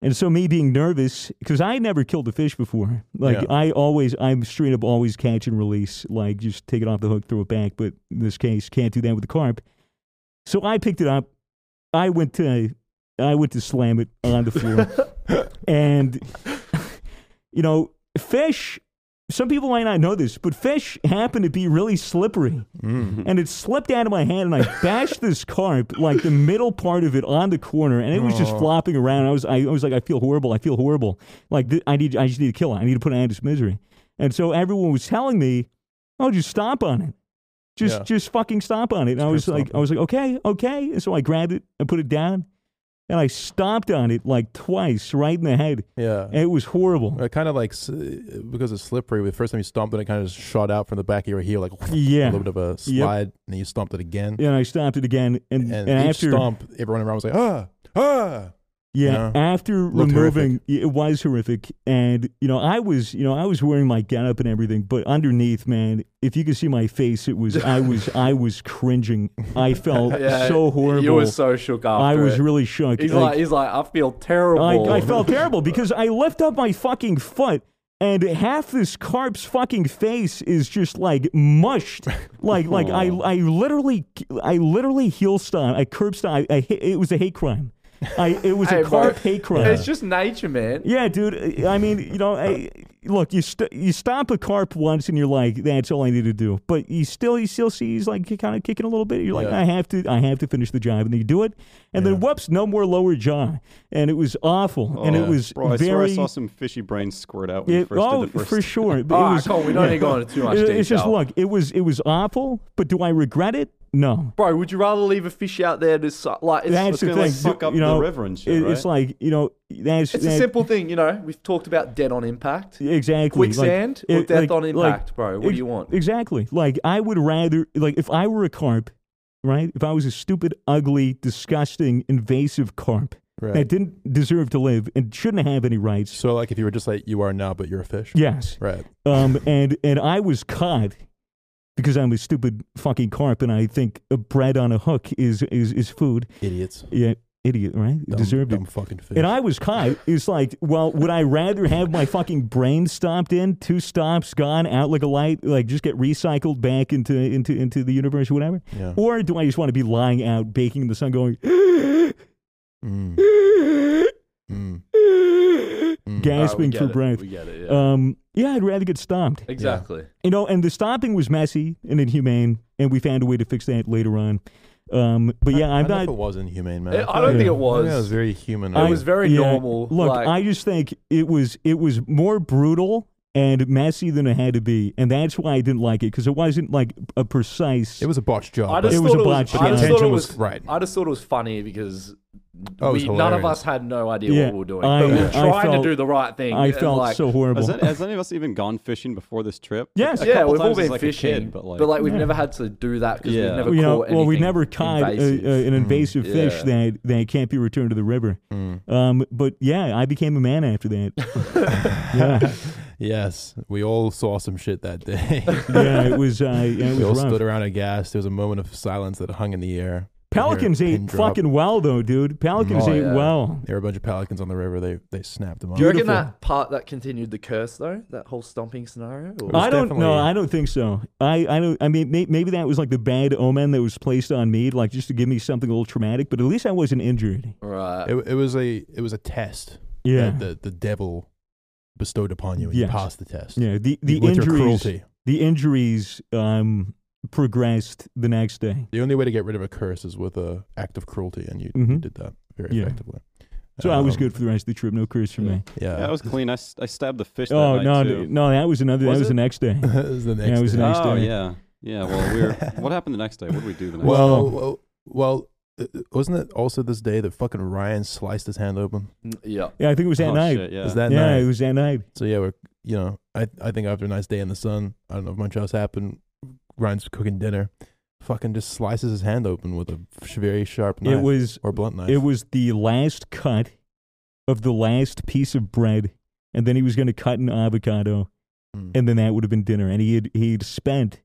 S3: And so me being nervous because I had never killed a fish before. Like
S2: Yeah.
S3: I always, I'm straight up always catch and release. Like just take it off the hook, throw it back. But in this case, can't do that with the carp. So I picked it up. I went to I went to slam it on the floor, and you know, fish. Some people might not know this, but fish happen to be really slippery,
S2: Mm,
S3: Mm-hmm. and it slipped out of my hand, and I bashed this carp like the middle part of it on the corner, and it was just
S2: Oh.
S3: flopping around. I was, I, I was like, I feel horrible. I feel horrible. Like th- I need, I just need to kill it. I need to put an end to its misery. And so everyone was telling me, "Oh, just stomp on it." Just,
S2: Yeah.
S3: just fucking stomp on it. And I
S2: Just
S3: was
S2: curb
S3: like,
S2: stomp
S3: I was like, okay, okay. And so I grabbed it and put it down, and I stomped on it like twice, right in the head.
S2: Yeah.
S3: And it was horrible.
S2: It kind of like s- because it's slippery. The first time you stomped it, it kind of just shot out from the back of your heel, like a
S3: Yeah.
S2: little bit of a slide, and then you stomped it again.
S3: And I stomped it again, and,
S2: And,
S3: and,
S2: each
S3: after
S2: stomp, everyone around was like, ah, ah.
S3: yeah,
S2: yeah,
S3: after
S2: looked
S3: removing, it was horrific. And you know, I was you know I was wearing my getup and everything, but underneath, man, if you could see my face, it was I was I was cringing. I felt so horrible.
S1: You were so shook after
S3: I was
S1: it.
S3: really shook.
S1: He's
S3: Like,
S1: like, he's like, I feel terrible.
S3: I, I felt terrible because I lift up my fucking foot and half this carp's fucking face is just like mushed. Like like I
S1: Oh.
S3: I literally I literally heel stomp. I curb stomp. I, I hit- it was a hate crime. I it was
S1: Hey,
S3: a
S1: bro,
S3: carp hate crime.
S1: It's just nature, man.
S3: Yeah, dude. I mean, you know, I, look, you st- you stomp a carp once, and you're like, "That's all I need to do." But you still, you still see he's like kind of kicking a little bit. You're like,
S2: Yeah.
S3: "I have to, I have to finish the job," and then you do it, and then whoops, no more lower jaw, and it was awful, and it
S2: Yeah.
S3: was
S4: Oh, Bro, I swear
S3: very.
S4: I saw some fishy brains squirt out when you
S3: it-
S4: first
S3: oh,
S4: did the first. Ah,
S3: for sure. But
S1: All
S3: it
S1: right,
S3: was,
S1: cool, we don't need to go into too much
S3: it- It's just
S1: detail.
S3: look, it was it was awful, but do I regret it? No.
S1: Bro, would you rather leave a fish out there to su- like? It's,
S3: That's
S1: it's,
S3: the
S4: gonna,
S3: thing.
S4: like, fuck up
S3: you
S4: the
S3: know,
S4: river and shit,
S3: it- It's like you know, that's
S1: a
S3: that-
S1: simple thing, you know. We've talked about dead on impact.
S3: Exactly.
S1: Quicksand or
S3: it-
S1: death on impact, bro? What do you want?
S3: Exactly. Like I would rather like if I were a carp, right? If I was a stupid, ugly, disgusting, invasive carp
S2: Right.
S3: that didn't deserve to live and shouldn't have any rights.
S2: So like if you were just like you are now, but you're a fish.
S3: Yes.
S2: Right.
S3: Um and and I was caught because I'm a stupid fucking carp and I think a bread on a hook is is, is food.
S2: Idiots.
S3: Yeah, idiot, right?
S2: Dumb,
S3: Deserved it.
S2: dumb fucking fish.
S3: And I was caught. It's like, well, would I rather have my fucking brain stomped in, two stomps gone, out like a light, like just get recycled back into into into the universe, or whatever?
S2: Yeah.
S3: Or do I just want to be lying out, baking in the sun, going
S2: Mm, mm, mm.
S1: Alright, we
S3: gasping
S1: get
S3: for
S1: it,
S3: breath?
S1: We get it. Yeah.
S3: Um, yeah, I'd rather get stomped.
S1: exactly.
S3: You know, and the stomping was messy and inhumane, and we found a way to fix that later on. Um, but yeah,
S2: I
S3: I'm
S2: don't know if
S3: not.
S2: it was inhumane, man.
S1: I- I don't think it was.
S2: I it was very human.
S1: It was very
S3: Yeah,
S1: normal.
S3: Look,
S1: like,
S3: I just think it was it was more brutal and messy than it had to be, and that's why I didn't like it because it wasn't like a precise.
S2: It was a botched job.
S1: I just
S3: it
S2: but-
S3: was
S1: thought
S3: a
S1: it was.
S3: botch, but
S1: I
S3: the
S1: just thought it
S2: intention was
S1: was.
S2: right.
S1: I just thought it was funny because
S2: Oh, it was
S1: we, none of
S2: hilarious.
S1: us had no idea
S3: Yeah,
S1: what we were doing.
S3: I-
S1: but we were
S3: I
S1: trying
S3: felt-
S1: to do the right thing.
S3: I
S1: and,
S3: felt
S1: like,
S3: so horrible.
S4: Has, any, has any of us even gone fishing before this trip?
S3: Yes.
S4: A
S1: Yeah,
S4: couple
S1: we've all
S4: times
S1: been
S4: as, like, a
S1: fishing,
S4: kid, but like,
S1: we've never had to do that because
S4: Yeah.
S1: we've never
S3: you know,
S1: caught
S3: well, we
S1: anything
S3: never caught a,
S1: invasive. Mm-hmm.
S3: a, an invasive fish
S1: Yeah.
S3: that that can't be returned to the river.
S2: mm.
S3: Um, but yeah, I became a man after that. yeah,
S2: Yes, we all saw some shit that day.
S3: yeah, it was. Uh, yeah, it
S2: we all
S3: was rough.
S2: stood around aghast. There was a moment of silence that hung in the air.
S3: Pelicans
S2: Pin
S3: ate
S2: drop.
S3: fucking well though, dude. Pelicans
S1: Oh,
S3: ate
S1: yeah.
S3: well.
S2: There were a bunch of pelicans on the river. They they snapped them up.
S1: Do you reckon
S3: Beautiful.
S1: that part that continued the curse though? That whole stomping scenario? Or-
S2: was
S3: I don't
S2: definitely-
S3: know. I don't think so. I, I don't. I mean, may, maybe that was like the bad omen that was placed on me, like just to give me something a little traumatic. But at least I wasn't injured.
S1: right.
S2: It, it was a it was a test.
S3: Yeah.
S2: That the the devil bestowed upon you, and
S3: Yes.
S2: you passed the test.
S3: yeah. The the
S2: with your
S3: injuries.
S2: cruelty.
S3: The injuries um progressed the next day.
S2: The only way to get rid of a curse is with a act of cruelty, and you, you
S3: Mhm.
S2: did that very
S3: Yeah.
S2: effectively.
S3: So I was
S2: Um,
S3: good for the rest of the trip. No curse for me.
S2: Yeah,
S4: that was clean. I, s- I stabbed the fish.
S3: Oh
S4: that
S3: no,
S4: night,
S3: no,
S4: too.
S3: no, that was another.
S4: Was
S3: that was
S4: it?
S3: the next day.
S2: That was the next.
S3: it was
S2: day.
S3: the next
S4: oh
S3: day.
S4: yeah, yeah. Well, we were. what happened the next day? What did we do the next?
S2: Well,
S3: Wow.
S2: well, well, uh, wasn't it also this day that fucking Ryan sliced his hand open?
S1: N- Yeah.
S3: Yeah, I think it was
S4: day?
S3: that
S4: Oh,
S3: night.
S4: shit, yeah.
S2: It was that
S3: yeah,
S2: night?
S3: it was that night.
S2: So yeah, we're you know, I I think after a nice day in the sun, I don't know if much else happened. Ryan's cooking dinner, fucking just slices his hand open with a sh- very sharp knife
S3: It was
S2: or blunt knife.
S3: it was the last cut of the last piece of bread, and then he was going to cut an avocado,
S2: Mm.
S3: and then that would have been dinner. And he had he'd spent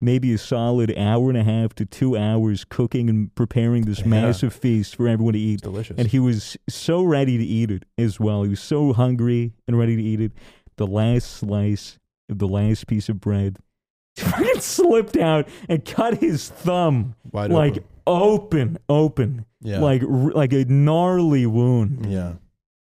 S3: maybe a solid hour and a half to two hours cooking and preparing this
S2: Yeah.
S3: massive feast for everyone to eat.
S2: It's delicious.
S3: And he was so ready to eat it as well. He was so hungry and ready to eat it. The last slice of the last piece of bread fucking slipped out and cut his thumb
S2: Wide
S3: like
S2: open.
S3: open, open,
S2: yeah,
S3: like r- like a gnarly wound,
S2: yeah,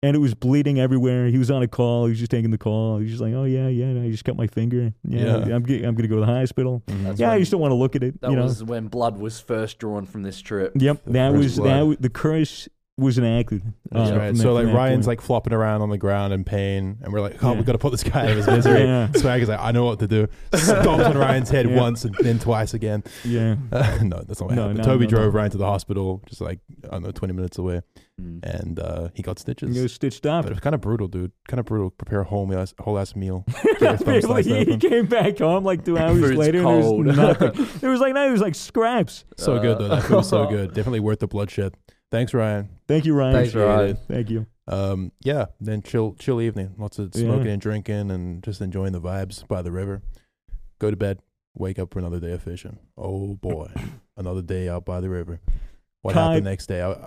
S3: and it was bleeding everywhere. He was on a call. He was just taking the call. He was just like, "Oh yeah, yeah, no, I just cut my finger. Yeah,
S2: Yeah.
S3: I'm ge- I'm gonna go to the hospital.
S2: Mhm.
S1: That's
S3: yeah, I
S1: when-
S3: just don't want to look at it.
S1: That
S3: you know,
S1: was when blood was first drawn from this trip.
S3: yep.
S2: the
S3: That
S2: first
S3: was
S2: blood.
S3: that. Was, the curse was enacted.
S2: That's
S3: uh,
S2: right.
S3: from
S2: Oh, So
S3: that-
S2: like
S3: from that
S2: Ryan's
S3: point.
S2: like flopping around on the ground in pain, and we're like, oh,
S3: Yeah.
S2: we gotta put this guy out of his misery.
S3: Yeah.
S2: Swag is like, I know what to do. Stomps on Ryan's head
S3: Yeah.
S2: once and then twice again.
S3: yeah.
S2: no, that's not what
S3: No,
S2: happened.
S3: no,
S2: Toby
S3: no,
S2: drove
S3: no.
S2: Ryan to the hospital, just like I don't know, twenty minutes away,
S1: Mm.
S2: and uh, he got stitches.
S3: It was stitched up.
S2: But it's kind of brutal, dude. Kind of brutal. Prepare a whole meal, ass- whole ass meal.
S3: Apparently, he came back home like two hours
S1: Food's
S3: later,
S1: cold.
S3: and there was nothing. It was like no, it was like scraps.
S2: so good though. That food was so good. Definitely worth the bloodshed. Thanks, Ryan.
S3: Thank you, Ryan.
S1: Thanks, Ryan.
S3: Thank you.
S2: Um, yeah. Then chill, chill evening. Lots of
S3: Yeah.
S2: smoking and drinking, and just enjoying the vibes by the river. Go to bed. Wake up for another day of fishing. Oh boy, another day out by the river. What
S3: Cod.
S2: happened next day? I, I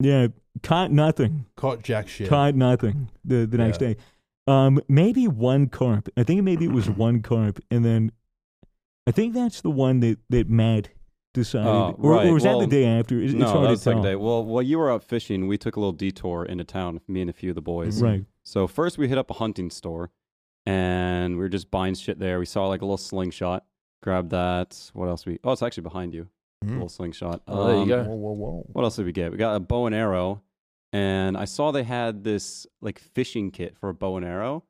S3: Yeah, caught nothing.
S2: caught jack shit.
S3: Caught nothing. The the next
S2: Yeah.
S3: day, um, maybe one carp. I think maybe it was one carp, and then I think that's the one that that Matt decided,
S4: Oh,
S3: or,
S4: right.
S3: or was that
S4: Well,
S3: the day after? It- it's
S4: no,
S3: hard
S4: that
S3: to
S4: was the
S3: tell.
S4: second day. Well, while you were out fishing, we took a little detour into town, me and a few of the boys.
S1: Mm-hmm.
S3: Right.
S4: So first we hit up a hunting store and we were just buying shit there. We saw like a little slingshot. Grabbed that. What else we? Oh, it's actually behind you. A
S2: Mhm.
S4: little slingshot.
S1: Oh, there you
S4: Um,
S1: go.
S2: Whoa, whoa, whoa.
S4: What else did we get? We got a bow and arrow, and I saw they had this like fishing kit for a bow and arrow.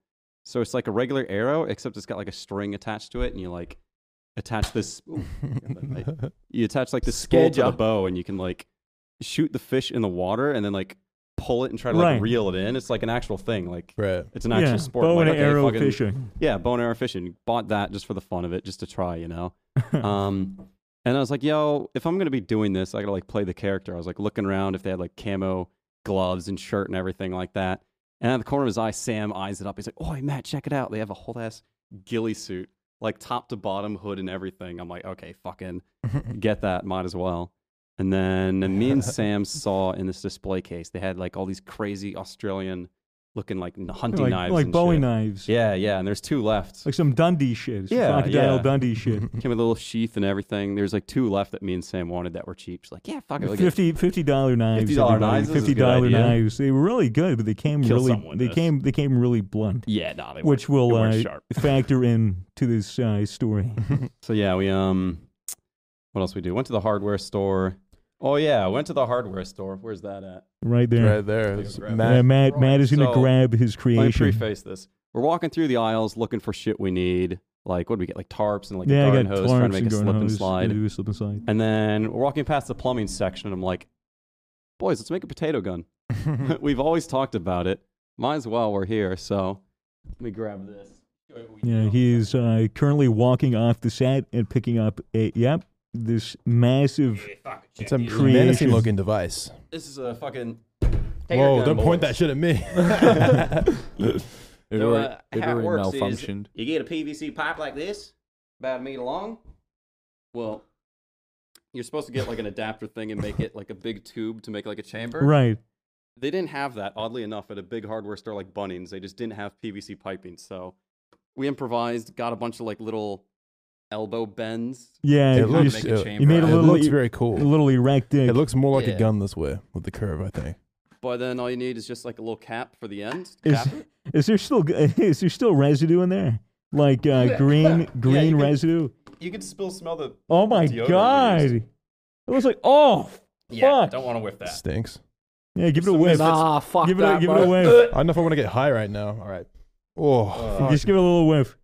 S4: So it's like a regular arrow, except it's got like a string attached to it, and you like attach this. ooh, you attach like this spool to the
S1: Schedule.
S4: bow, and you can like shoot the fish in the water, and then like pull it and try to like
S3: Right.
S4: reel it in. It's like an actual thing. Like
S2: Brett.
S4: it's an actual
S3: yeah,
S4: sport.
S3: bow
S4: I'm
S3: and
S4: like, okay,
S3: arrow
S4: fucking-
S3: fishing.
S4: Yeah, bow and arrow fishing. Bought that just for the fun of it, just to try, you know um, and I was like, yo, if I'm gonna be doing this, I gotta like play the character. I was like looking around if they had like camo gloves and shirt and everything like that. And out of the corner of his eye, Sam eyes it up. He's like, "Oi, Matt, check it out. They have a whole ass ghillie suit, like top to bottom, hood and everything." I'm like, "Okay, fucking get that. Might as well." And then me and Sam saw in this display case they had like all these crazy Australian looking like n- hunting
S3: like,
S4: knives,
S3: like
S4: and
S3: Bowie
S4: shit.
S3: knives.
S4: Yeah, yeah. And there's two left.
S3: Like some Dundee shit. Some
S4: Yeah,
S3: Crocodile
S4: yeah.
S3: Dundee shit.
S4: Came with a little sheath and everything. There's like two left that me and Sam wanted that were cheap. She's like, yeah, fuck it. We'll get
S3: Fifty fifty dollar knives.
S4: $50
S3: everybody.
S4: knives, this is a
S3: Fifty
S4: good
S3: dollar
S4: idea.
S3: knives. They were really good, but they came
S4: Kill
S3: really.
S4: someone
S3: They
S4: with
S3: came. They came really blunt,
S4: yeah, nah, they
S3: which
S4: weren't, they
S3: will
S4: weren't
S3: uh,
S4: sharp.
S3: factor in to this uh, story.
S4: So yeah, we um, what else we do? Went to the hardware store. Oh yeah, went to the hardware store. Where's that at?
S3: Right there.
S2: Right there.
S4: Yeah,
S2: It's
S4: Brett.
S2: Matt.
S3: yeah, Matt. Matt is going to
S4: So,
S3: grab his
S4: Let me
S3: creation.
S4: preface this. We're walking through the aisles looking for shit we need. Like what do we get? Like tarps and like
S3: yeah,
S4: a
S3: I
S4: garden
S3: got
S4: hose trying
S3: tarps
S4: to make
S3: and
S4: a slip
S3: garden
S4: and
S3: hose.
S4: slide.
S3: Yeah, do a slip and slide.
S4: And then we're walking past the plumbing section, and I'm like, boys, let's make a potato gun. We've always talked about it. Might as well. We're here, so let me grab this.
S3: Yeah, he is uh, currently walking off the set and picking up a yep this massive.
S2: It's a
S3: Creation.
S2: menacing looking device.
S4: This is a fucking.
S2: Whoa, don't point that shit at me.
S1: It
S4: So,
S1: already,
S4: uh,
S1: it
S4: how it
S1: already
S4: works is-
S1: malfunctioned.
S4: You get a PVC pipe like this, about a meter long. Well, You're supposed to get like an adapter thing and make it like a big tube to make like a chamber.
S3: Right.
S4: They didn't have that, oddly enough, at a big hardware store like Bunnings. They just didn't have PVC piping. So we improvised, got a bunch of like little elbow bends.
S3: Yeah.
S2: It
S3: you
S4: to kinda
S2: looks-
S3: just-
S4: make a
S2: uh,
S4: chamber
S3: you made a
S4: out
S2: It
S4: of
S3: little-
S4: it.
S2: looks very cool.
S3: a little erect dick.
S2: It looks more like
S4: Yeah.
S2: a gun this way with the curve, I think.
S4: But then all you need is just like a little cap for the end. to
S3: is,
S4: cap it.
S3: is there still is there still residue in there? Like uh, green
S4: Yeah,
S3: green
S4: you can-
S3: residue?
S4: You can still smell the.
S3: Oh my
S4: Deodorant we
S3: god!
S4: used.
S3: It looks like oh
S4: Yeah,
S3: fuck.
S4: don't want to whiff that.
S2: Stinks.
S3: yeah, give it a
S4: Some
S3: whiff.
S4: is-
S1: Nah, fuck
S3: Give it
S1: that,
S3: a, give
S1: bro.
S3: it a whiff.
S2: I don't know if I want to get high right now. All right. Oh, fuck.
S3: Just give it a little whiff.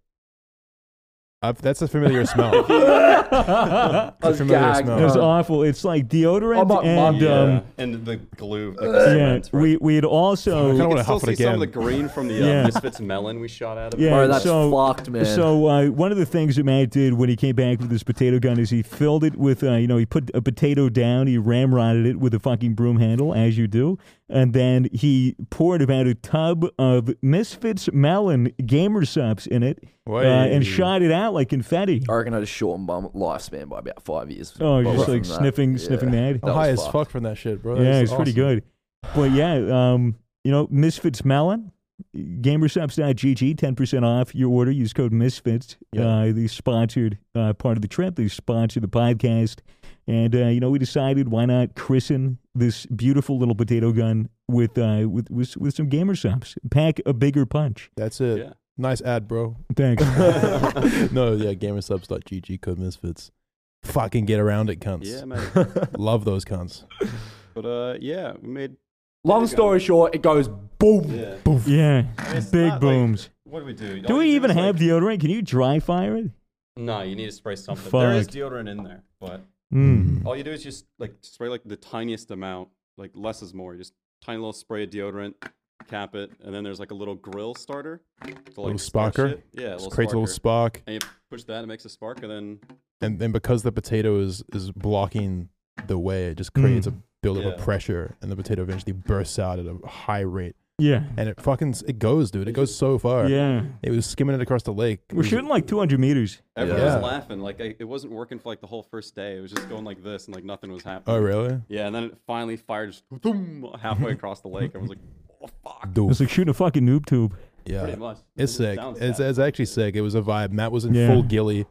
S2: I've, that's a familiar smell.
S3: That's
S1: I was
S2: familiar
S1: gagged,
S2: smell.
S1: bro.
S2: It's
S3: awful. It's like deodorant
S1: Uh-huh. Oh, my- my-
S3: and
S4: Yeah,
S3: um,
S4: and the glue. Like
S3: yeah.
S4: the cement, right?
S3: We we had
S2: I
S3: also
S2: kinda
S4: You
S2: wanna
S4: can still
S2: huff it
S4: see some of the
S2: again.
S4: green from the uh,
S3: Yeah.
S4: Misfits melon we shot out of. it.
S3: Yeah.
S1: Bro, that's
S3: so-
S1: fucked, man.
S3: So uh, one of the things that Matt did when he came back with his potato gun is he filled it with uh, you know he put a potato down, he ramrodded it with a fucking broom handle as you do, and then he poured about a tub of Misfits Melon Gamer Subs in it uh,
S2: Wait.
S3: and shot it out like confetti.
S1: I reckon I just shortened my lifespan by about five years.
S3: Oh, you're
S1: But
S3: just
S1: other
S3: like
S1: than
S3: sniffing- sniffing that?
S2: I'm high
S1: was
S2: as
S1: fucked.
S2: fuck from that shit, bro. That
S3: yeah,
S2: is
S3: it's pretty
S2: awesome.
S3: good. But yeah, um, you know Misfits Melon. Gamersubs.gg, 10% off your order. Use code MISFITS. Uh, they sponsored uh, part of the trip. They sponsored the podcast. And, uh, you know, we decided why not christen this beautiful little potato gun with uh, with, with, with some Gamersubs. Pack a bigger punch.
S2: That's it.
S4: Yeah.
S2: Nice ad, bro.
S3: Thanks.
S2: no, yeah, gamersubs.gg code misfits. Fucking get around it, cunts.
S4: Yeah, man.
S2: Love those cunts.
S4: But uh, yeah, we made.
S1: Long story short, it goes boom.
S4: Yeah.
S3: yeah. Big booms.
S4: what do we do?
S3: do we even have deodorant? Can you dry fire it?
S4: No, you need to spray something. There is
S3: Fuck.
S4: deodorant in there, but
S3: Mm.
S4: all you do is just like spray like the tiniest amount. Like less is more. Just tiny little spray of deodorant, cap it, and then there's like a little grill starter. To, like,
S2: Little
S4: spark
S2: sparker?
S4: shit. Yeah, a little
S2: Just creates a little
S4: sparker.
S2: spark.
S4: and you push that, it makes a spark, and then
S2: And and because the potato is, is blocking the way, it just creates
S3: Mm.
S2: a buildup of
S4: Yeah.
S2: pressure and the potato eventually bursts out at a high rate.
S3: Yeah.
S2: And it fucking it goes, dude. It goes so far.
S3: Yeah.
S2: It was skimming it across the lake. It
S3: We're
S2: was-
S3: shooting like 200 meters.
S4: everyone
S2: Yeah.
S4: was laughing. Like I, it wasn't working for like the whole first day. It was just going like this, and like nothing was happening.
S2: Oh really?
S4: Yeah, and then it finally fired just boom, halfway across the lake. I was like, oh fuck,
S2: Doof.
S3: It's like shooting a fucking noob tube.
S2: Yeah.
S4: pretty much.
S2: It's
S4: It just
S2: sick.
S4: sounds
S2: It's,
S4: bad.
S2: it's actually sick. It was a vibe. Matt was in
S3: Yeah.
S2: full gilly,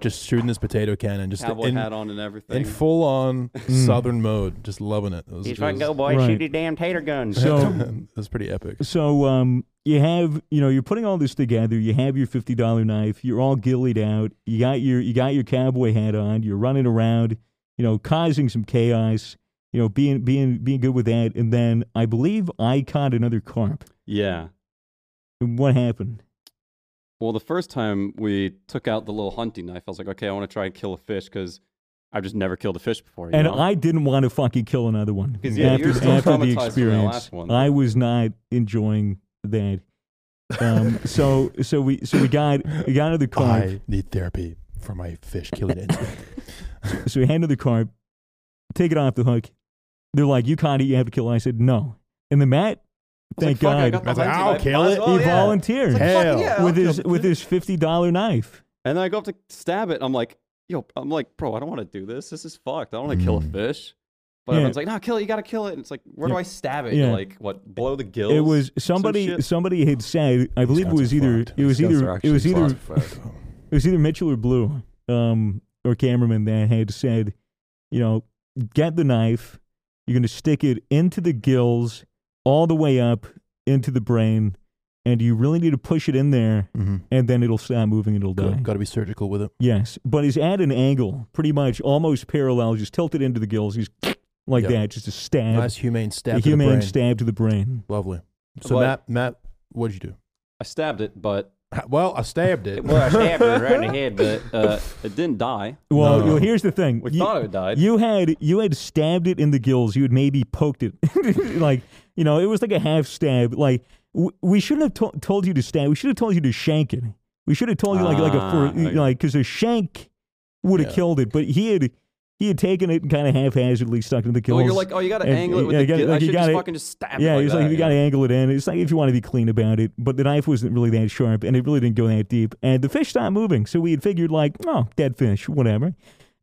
S2: just shooting this potato cannon, just
S4: cowboy
S2: in,
S4: hat on and everything.
S2: in full on
S3: Mm.
S2: southern mode, just loving it. It was, it was,
S4: boy,
S3: Right. shoot your
S4: damn tater guns.
S3: So
S2: it was pretty epic.
S3: So um, you have you know you're putting all this together. You have your fifty dollar knife. You're all gillied out. You got your you got your cowboy hat on. You're running around. You know, causing some chaos. You know, being being being good with that. And then I believe I caught another carp.
S4: Yeah.
S3: And what happened?
S4: Well, the first time we took out the little hunting knife, I was like, okay, I want to try and kill a fish because I've just never killed a fish before. You
S3: And
S4: know?
S3: I didn't want to fucking kill another one
S4: 'Cause, yeah,
S3: after,
S4: you're still
S3: after the
S4: traumatized from that
S3: experience.
S4: last one.
S3: I was not enjoying that. Um, so so we so we got we got another carp.
S2: I need therapy for my fish killing instinct.
S3: So we hand her the carp, take it off the hook. They're like, "You caught it. You have to kill." it." I said, "No." And then Matt,
S4: I was
S3: thank
S4: like, fuck, I
S3: God,
S4: got the
S2: Man's like,
S4: hunting
S2: I'll
S4: knife,
S2: kill
S4: might as
S2: it.
S4: well,
S3: he
S4: yeah.
S3: volunteered
S2: Hell,
S3: with his with his fifty dollar knife.
S4: And then I go up to stab it. and I'm like, yo, I'm like, bro, I don't want to do this. This is fucked. I don't want to kill a
S2: Mm.
S4: fish. But
S3: Hmm. Yeah.
S4: everyone's like, no, kill it. You got to kill it. And it's like, where
S3: Yeah.
S4: do I stab it?
S3: Yeah.
S4: Like, what? Blow the gills?
S3: It was somebody
S4: shit.
S3: somebody had said. I believe it
S2: guns
S3: was
S2: are
S3: either
S2: fucked.
S3: it was
S1: These guns are
S3: either it was
S1: actually
S3: either
S1: fucked, bro.
S3: it was either Mitchell or Blue, um, or cameraman that had said, you know, get the knife. You're going to stick it into the gills, all the way up into the brain, and you really need to push it in there,
S2: Mhm.
S3: and then it'll stop moving. and It'll die.
S2: Got to be surgical with it.
S3: Yes, but he's at an angle, pretty much almost parallel, just tilted into the gills. He's like
S2: Yep.
S3: that, just a stab,
S2: Nice humane stab.
S3: a
S2: to the
S3: humane
S2: brain.
S3: stab to the brain.
S2: Lovely. So
S4: But-
S2: Matt, Matt, what'd you do?
S4: I stabbed it, but
S2: Ha- Well, I stabbed it.
S4: well, I stabbed it right in the head, but uh, it didn't die.
S3: Well,
S2: No.
S3: well, here's the thing:
S4: We
S3: you,
S4: thought it died.
S3: you had you had stabbed it in the gills. You had maybe poked it, like you know, it was like a half stab. Like w- we shouldn't have to- told you to stab. We should have told you to shank it. We should have told you like like a
S4: Ah,
S3: for,
S4: okay.
S3: like because a shank would have
S2: Yeah.
S3: killed it, but he had he had taken it and kind of haphazedly stuck it in the
S4: Oh,
S3: gills.
S4: you're like, oh, you got to
S3: and-
S4: angle it with
S3: yeah,
S4: the
S3: you gotta-
S4: gill.
S3: like,
S4: I
S3: you
S4: should
S3: gotta-
S4: just fucking just stab it.
S3: Yeah,
S4: like
S3: he was like,
S4: that,
S3: we got to angle it in. It's like if you want to be clean about it, but the knife wasn't really that sharp, and it really didn't go that deep, and the fish stopped moving. So we had figured like, oh, dead fish, whatever.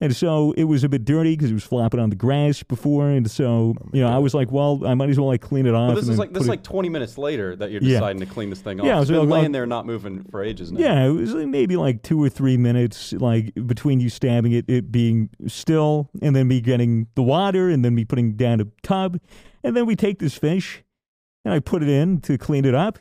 S3: And so it was a bit dirty because it was flopping on the grass before. And so, you know, I was like, well, I might as well like clean it off.
S4: Oh But this
S3: and then
S4: is like this
S3: put
S4: is
S3: it-
S4: like 20 minutes later that you're
S3: Yeah.
S4: deciding to clean this thing off.
S3: Yeah,
S4: it's
S3: so
S4: been
S3: I'll-
S4: laying there not moving for ages now.
S3: Yeah, it was like maybe like two or three minutes, like between you stabbing it, it being still, and then me getting the water, and then me putting down a tub, and then we take this fish, and I put it in to clean it up,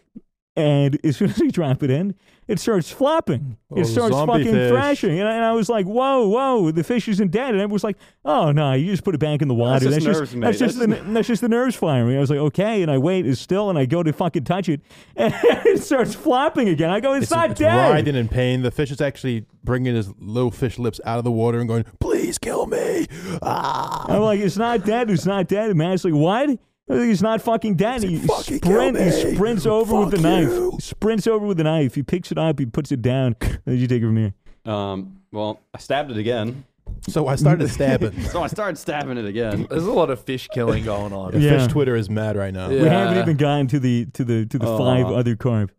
S3: and as soon as we drop it in, it starts flopping,
S2: Oh,
S3: it starts
S2: zombie
S3: fucking
S2: fish.
S3: thrashing, and I, and I was like, whoa, whoa, the fish isn't dead, and everyone's like, oh no, you just put it back in the water.
S4: just nerves,
S3: just
S4: mate.
S3: that's just
S4: That's
S3: the that's just the nerves firing. I was like, okay, and I wait, it's still, and I go to fucking touch it, and it starts flopping again. I go, it's, not
S2: it's
S3: dead.
S2: writhing in pain. The fish is actually bringing his little fish lips out of the water and going, "Please kill me!" Ah,
S3: I'm like, it's not dead. It's not dead. And Matt's like, what? I'm like, It's not fucking dead. He,
S2: "Fucking kill
S3: sprint, he
S2: me.
S3: sprints over with
S2: Fuck
S3: the knife.
S2: you.
S3: He Sprints over with the knife. He picks it up. He puts it down. And then you take it from here.
S4: Um, well, I stabbed it again.
S2: so I started stabbing.
S4: So I started stabbing it again.
S1: There's a lot of fish killing going on.
S3: Yeah.
S2: Fish Twitter is mad right now.
S1: Yeah.
S3: We haven't even gotten to the to the to the five
S4: Aw.
S3: other carp.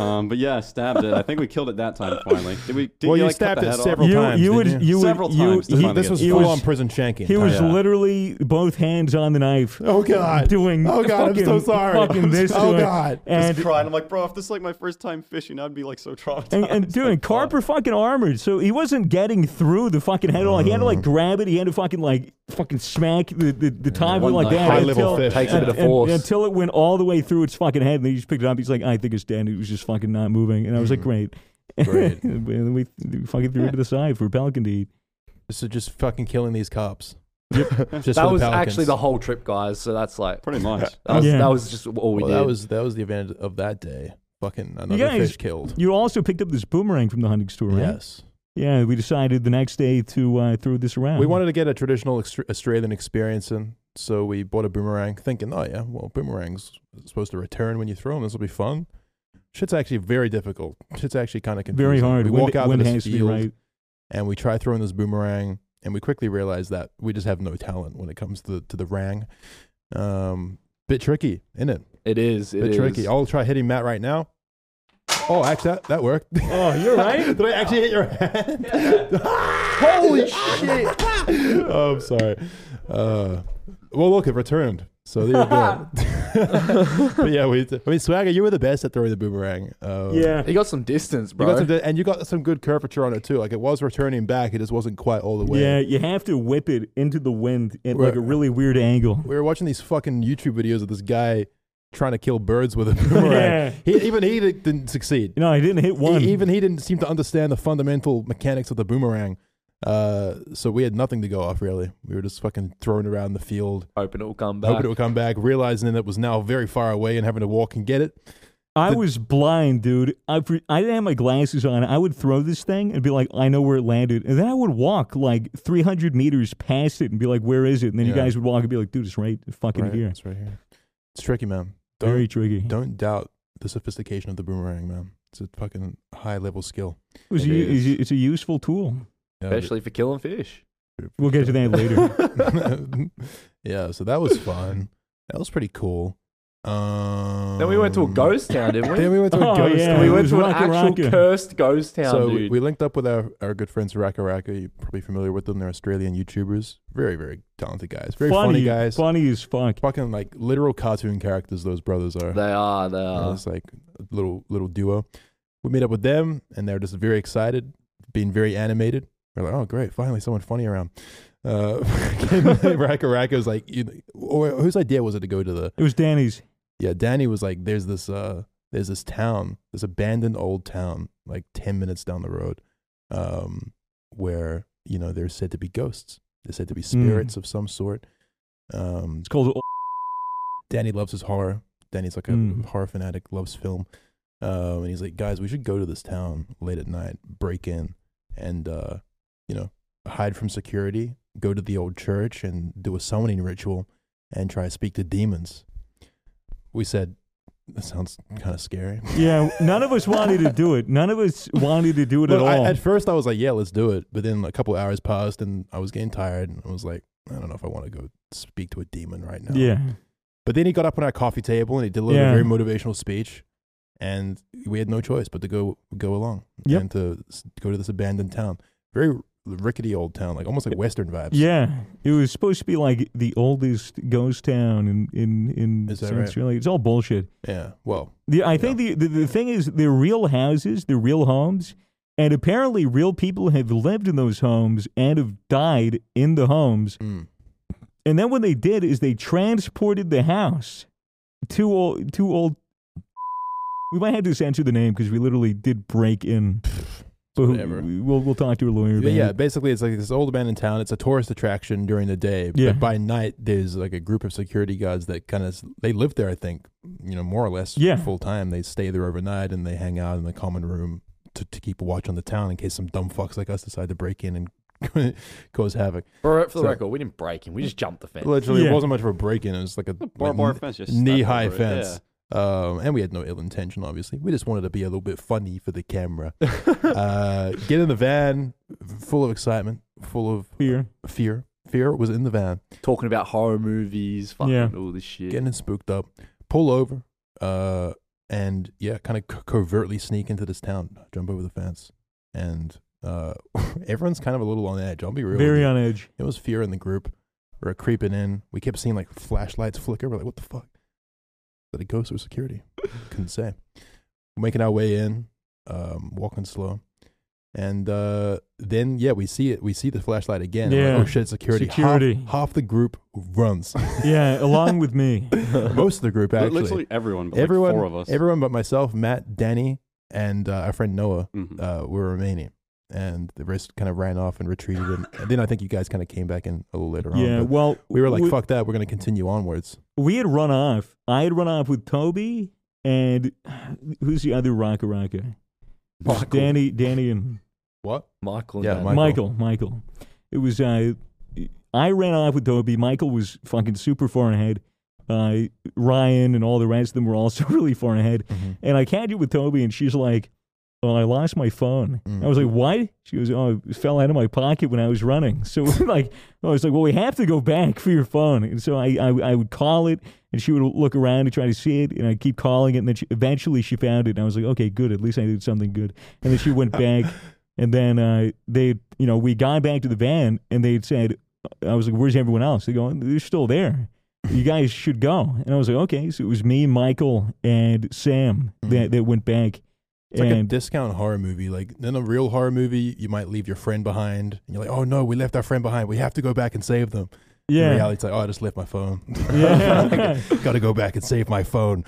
S4: Um, but yeah, I stabbed it. I think we killed it that time finally. Did we? Did
S2: Well, you
S4: like,
S2: stabbed
S4: cut the
S2: it
S4: head off?
S2: several-
S3: you
S2: times,
S3: you
S2: didn't
S3: would
S2: you?
S3: you
S4: Several
S3: would you,
S4: times to
S3: he,
S4: find
S2: This was
S3: He
S2: full
S3: was-
S2: on prison shanking. Oh,
S3: he was
S2: Yeah.
S3: literally both hands on the knife.
S2: Oh god.
S3: Doing
S2: Oh god, I'm so
S3: fucking-
S2: sorry.
S3: fucking
S2: I'm
S3: this
S2: so- oh
S3: to it.
S2: god.
S4: Just
S3: And
S4: crying. I'm like, bro, if this is like my first time fishing, I'd be like so traumatized.
S3: And, and dude, and Carper fucking armored, so he wasn't getting through the fucking head at all. He had to
S2: Mm.
S3: like grab it. He had to fucking like fucking smack the the, the top of it
S4: One
S3: like
S4: knife.
S3: that
S2: High
S3: until,
S2: level fish.
S1: Takes a
S3: and-
S1: bit of
S3: and-
S1: force.
S3: until it went all the way through its fucking head. And then he just picked it up. He's like, I think it's dead. It was just fucking not moving. And I was like, great.
S2: Mm. Great.
S3: and then we, we fucking threw it to the side for pelican to eat.
S2: This is just fucking killing these cops. just for
S1: That
S2: the
S1: was
S2: Pelicans.
S1: actually the whole trip, guys. So that's like
S4: Pretty much.
S1: that was,
S3: Yeah.
S1: that was just all we
S2: Well,
S1: did.
S2: that was that was the advantage of that day. Fucking another
S3: guys-
S2: fish killed.
S3: You also picked up this boomerang from the hunting store, right?
S2: Yes.
S3: Yeah. We decided the next day to uh, throw this around.
S2: We wanted to get a traditional extra- Australian experience in, so we bought a boomerang, thinking, oh yeah, well, boomerangs supposed to return when you throw them. This will be fun. Shit's actually very difficult. Shit's actually kind of confusing.
S3: very hard.
S2: We
S3: Wind-
S2: walk out
S3: wind
S2: to
S3: has
S2: this
S3: to be
S2: field
S3: right.
S2: and we try throwing this boomerang, and we quickly realize that we just have no talent when it comes to the, to the rang. Um, bit tricky, isn't it?
S1: it is. It
S2: Bit
S1: is.
S2: tricky. I'll try hitting Matt right now. Oh, actually, that, that worked.
S3: Oh, you're right.
S2: Did I actually hit your hand?
S1: Holy shit!
S2: oh, I'm sorry. Uh, well, look, it returned. So there you go. but yeah, we. I mean, Swagger, you were the best at throwing the boomerang. Uh,
S3: yeah.
S1: He got some distance,
S2: You
S1: bro.
S2: got some, and you got some good curvature on it too. Like it was returning back, it just wasn't quite all the way.
S3: Yeah, you have to whip it into the wind at like
S2: Right.
S3: a really weird angle.
S2: We were watching these fucking YouTube videos of this guy trying to kill birds with a boomerang. he, even he di- didn't succeed.
S3: You know, I didn't hit one.
S2: E- even he didn't seem to understand the fundamental mechanics of the boomerang. Uh, so we had nothing to go off really. We were just fucking throwing around the field.
S1: Hoping it'll come
S2: hoping
S1: back.
S2: it would come back, realizing that it was now very far away and having to walk and get it.
S3: I was blind, dude. I pre- I didn't have my glasses on. I would throw this thing and be like, I know where it landed, and then I would walk like 300 meters past it and be like, Where is it? And then you
S2: Yeah.
S3: guys would walk and be like, Dude, it's right fucking here.
S2: It's right here. It's tricky, man. Don't
S3: Very tricky.
S2: don't doubt the sophistication of the boomerang, man. It's a fucking high level skill.
S3: It was
S1: It
S3: a,
S1: is.
S3: it's a- it's a useful tool.
S2: Yeah,
S1: Especially for killing fish.
S2: but-
S3: We'll get to that later.
S2: yeah, so that was fun. That was pretty cool. Um,
S1: Then we went to a ghost town, didn't we?
S2: Then we went to a
S3: Oh,
S2: ghost.
S3: yeah.
S2: town.
S1: we
S3: it
S1: went
S3: was
S1: to an
S3: Rocky
S1: actual
S3: Rocky.
S1: cursed ghost town,
S2: so we,
S1: dude.
S2: we linked up with our, our good friends Raka Raka. You're probably familiar with them. They're Australian YouTubers. Very very talented guys. Very funny, guys.
S3: funny as fuck.
S2: Fucking like literal cartoon characters. Those brothers are.
S1: they are. They
S2: Uh,
S1: are.
S2: it's like a little little duo. We meet up with them, and they're just very excited, being very animated. We're like, oh great, finally someone funny around. Uh, Raka Raka was like, you know, or whose idea was it to go to the?
S3: It was Danny's.
S2: Yeah, Danny was like, there's this uh, there's this town, this abandoned old town, like ten minutes down the road, um, where you know there's said to be ghosts, there's said to be spirits of some sort. Um,
S3: It's called.
S2: Danny loves his horror. Danny's like a
S3: Mm.
S2: horror fanatic, loves film. Um, and he's like, guys, we should go to this town late at night, break in, and uh, you know, hide from security, go to the old church, and do a summoning ritual, and try to speak to demons. We said that sounds kind of scary.
S3: Yeah, none of us wanted to do it. None of us wanted to do it at
S2: Well, I-
S3: all.
S2: at first, I was like, yeah, let's do it. But then a couple hours passed, and I was getting tired, and I was like, I don't know if I want to go speak to a demon right now.
S3: yeah.
S2: But then he got up on our coffee table and he did a little
S3: Yeah.
S2: very motivational speech, and we had no choice but to go go along
S3: Yep.
S2: and to s- go to this abandoned town. Very rickety old town, like almost like Western vibes.
S3: Yeah, it was supposed to be like the oldest ghost town in in in
S2: Is that
S3: South
S2: right?
S3: Australia. It's all bullshit.
S2: Yeah. Well,
S3: The, I think the, the the thing is they're real houses, they're real homes, and apparently real people have lived in those homes and have died in the homes.
S2: mm,
S3: And then what they did is they transported the house to old to old. We might have to censor the name because we literally did break in. But who-
S2: whatever.
S3: we- we'll we'll talk to a lawyer.
S2: But
S3: about
S2: yeah,
S3: it.
S2: basically it's like this old abandoned town. It's a tourist attraction during the day,
S3: Yeah.
S2: but by night there's like a group of security guards that kind of they live there. I think you know more or less
S3: Yeah.
S2: full time. They stay there overnight and they hang out in the common room to, to keep a watch on the town in case some dumb fucks like us decide to break in and cause havoc.
S1: For, for the
S2: So-
S1: record, we didn't break him. We just jumped the fence.
S2: Literally,
S3: Yeah.
S2: it wasn't much of a break in. It was like a
S4: Barbed
S2: like,
S4: wire fence, just step
S2: knee high
S4: over it,
S2: fence.
S4: yeah.
S2: Um, and we had no ill intention, obviously. We just wanted to be a little bit funny for the camera. uh, get in the van, full of excitement, full of
S3: Fear.
S2: fear. Fear was in the van,
S1: Talking about horror movies, fucking
S3: Yeah.
S1: all this shit.
S2: getting spooked up. Pull over, uh, and yeah, kind of co- covertly sneak into this town, jump over the fence, and uh, everyone's kind of a little on edge. I'll be real. with
S3: very
S2: you.
S3: on edge.
S2: It was fear in the group. We were creeping in. We kept seeing like flashlights flicker. We're like, what the fuck? Is that a ghost or security? Couldn't say. Making our way in, um, walking slow. And uh, then, yeah, we see it. We see the flashlight again. We're like,
S3: Yeah.
S2: oh shit, security. Half-
S3: Security.
S2: Half, the group runs.
S3: Yeah, along with me.
S2: Most of the group,
S4: Li-
S2: actually.
S4: Literally everyone, but
S2: everyone,
S4: like four of us.
S2: everyone but myself, Matt, Danny, and uh, our friend Noah
S4: Mhm.
S2: uh, were remaining. And the rest kind of ran off and retreated. And, and then I think you guys kind of came back in a little later on.
S3: Yeah,
S2: but-
S3: well,
S2: we were like,
S3: we,
S2: fuck that. We're going to continue onwards.
S3: we had run off. I had run off with Toby and who's the other Raka Raka? Danny, Danny, and
S2: What?
S1: Michael.
S2: Yeah,
S1: and
S2: Michael.
S3: Michael. Michael. It was uh, I ran off with Toby. Michael was fucking super far ahead. Uh, Ryan and all the rest of them were also really far ahead. And I catch it with Toby, and she's like, "Oh, I lost my phone."
S2: Mm.
S3: I was like, "What?" She goes, "Oh, it fell out of my pocket when I was running." So like, I was like, "Well, we have to go back for your phone." And so I, I, I would call it, and she would look around and try to see it, and I would keep calling it, and then she, eventually she found it, and I was like, "Okay, good. At least I did something good." And then she went back, and then uh, they, you know, we got back to the van, and they said, "I was like, where's everyone else?" They go, "They're still there." you guys should go. And I was like, okay. So it was me, Michael, and Sam that, that went back.
S2: Mm. It's like a
S3: and
S2: discount horror movie. Like in a real horror movie, you might leave your friend behind. And you're like, oh no, we left our friend behind. We have to go back and save them. In reality,
S3: yeah,
S2: it's like, oh, I just left my phone.
S3: Yeah.
S2: Got to go back and save my phone.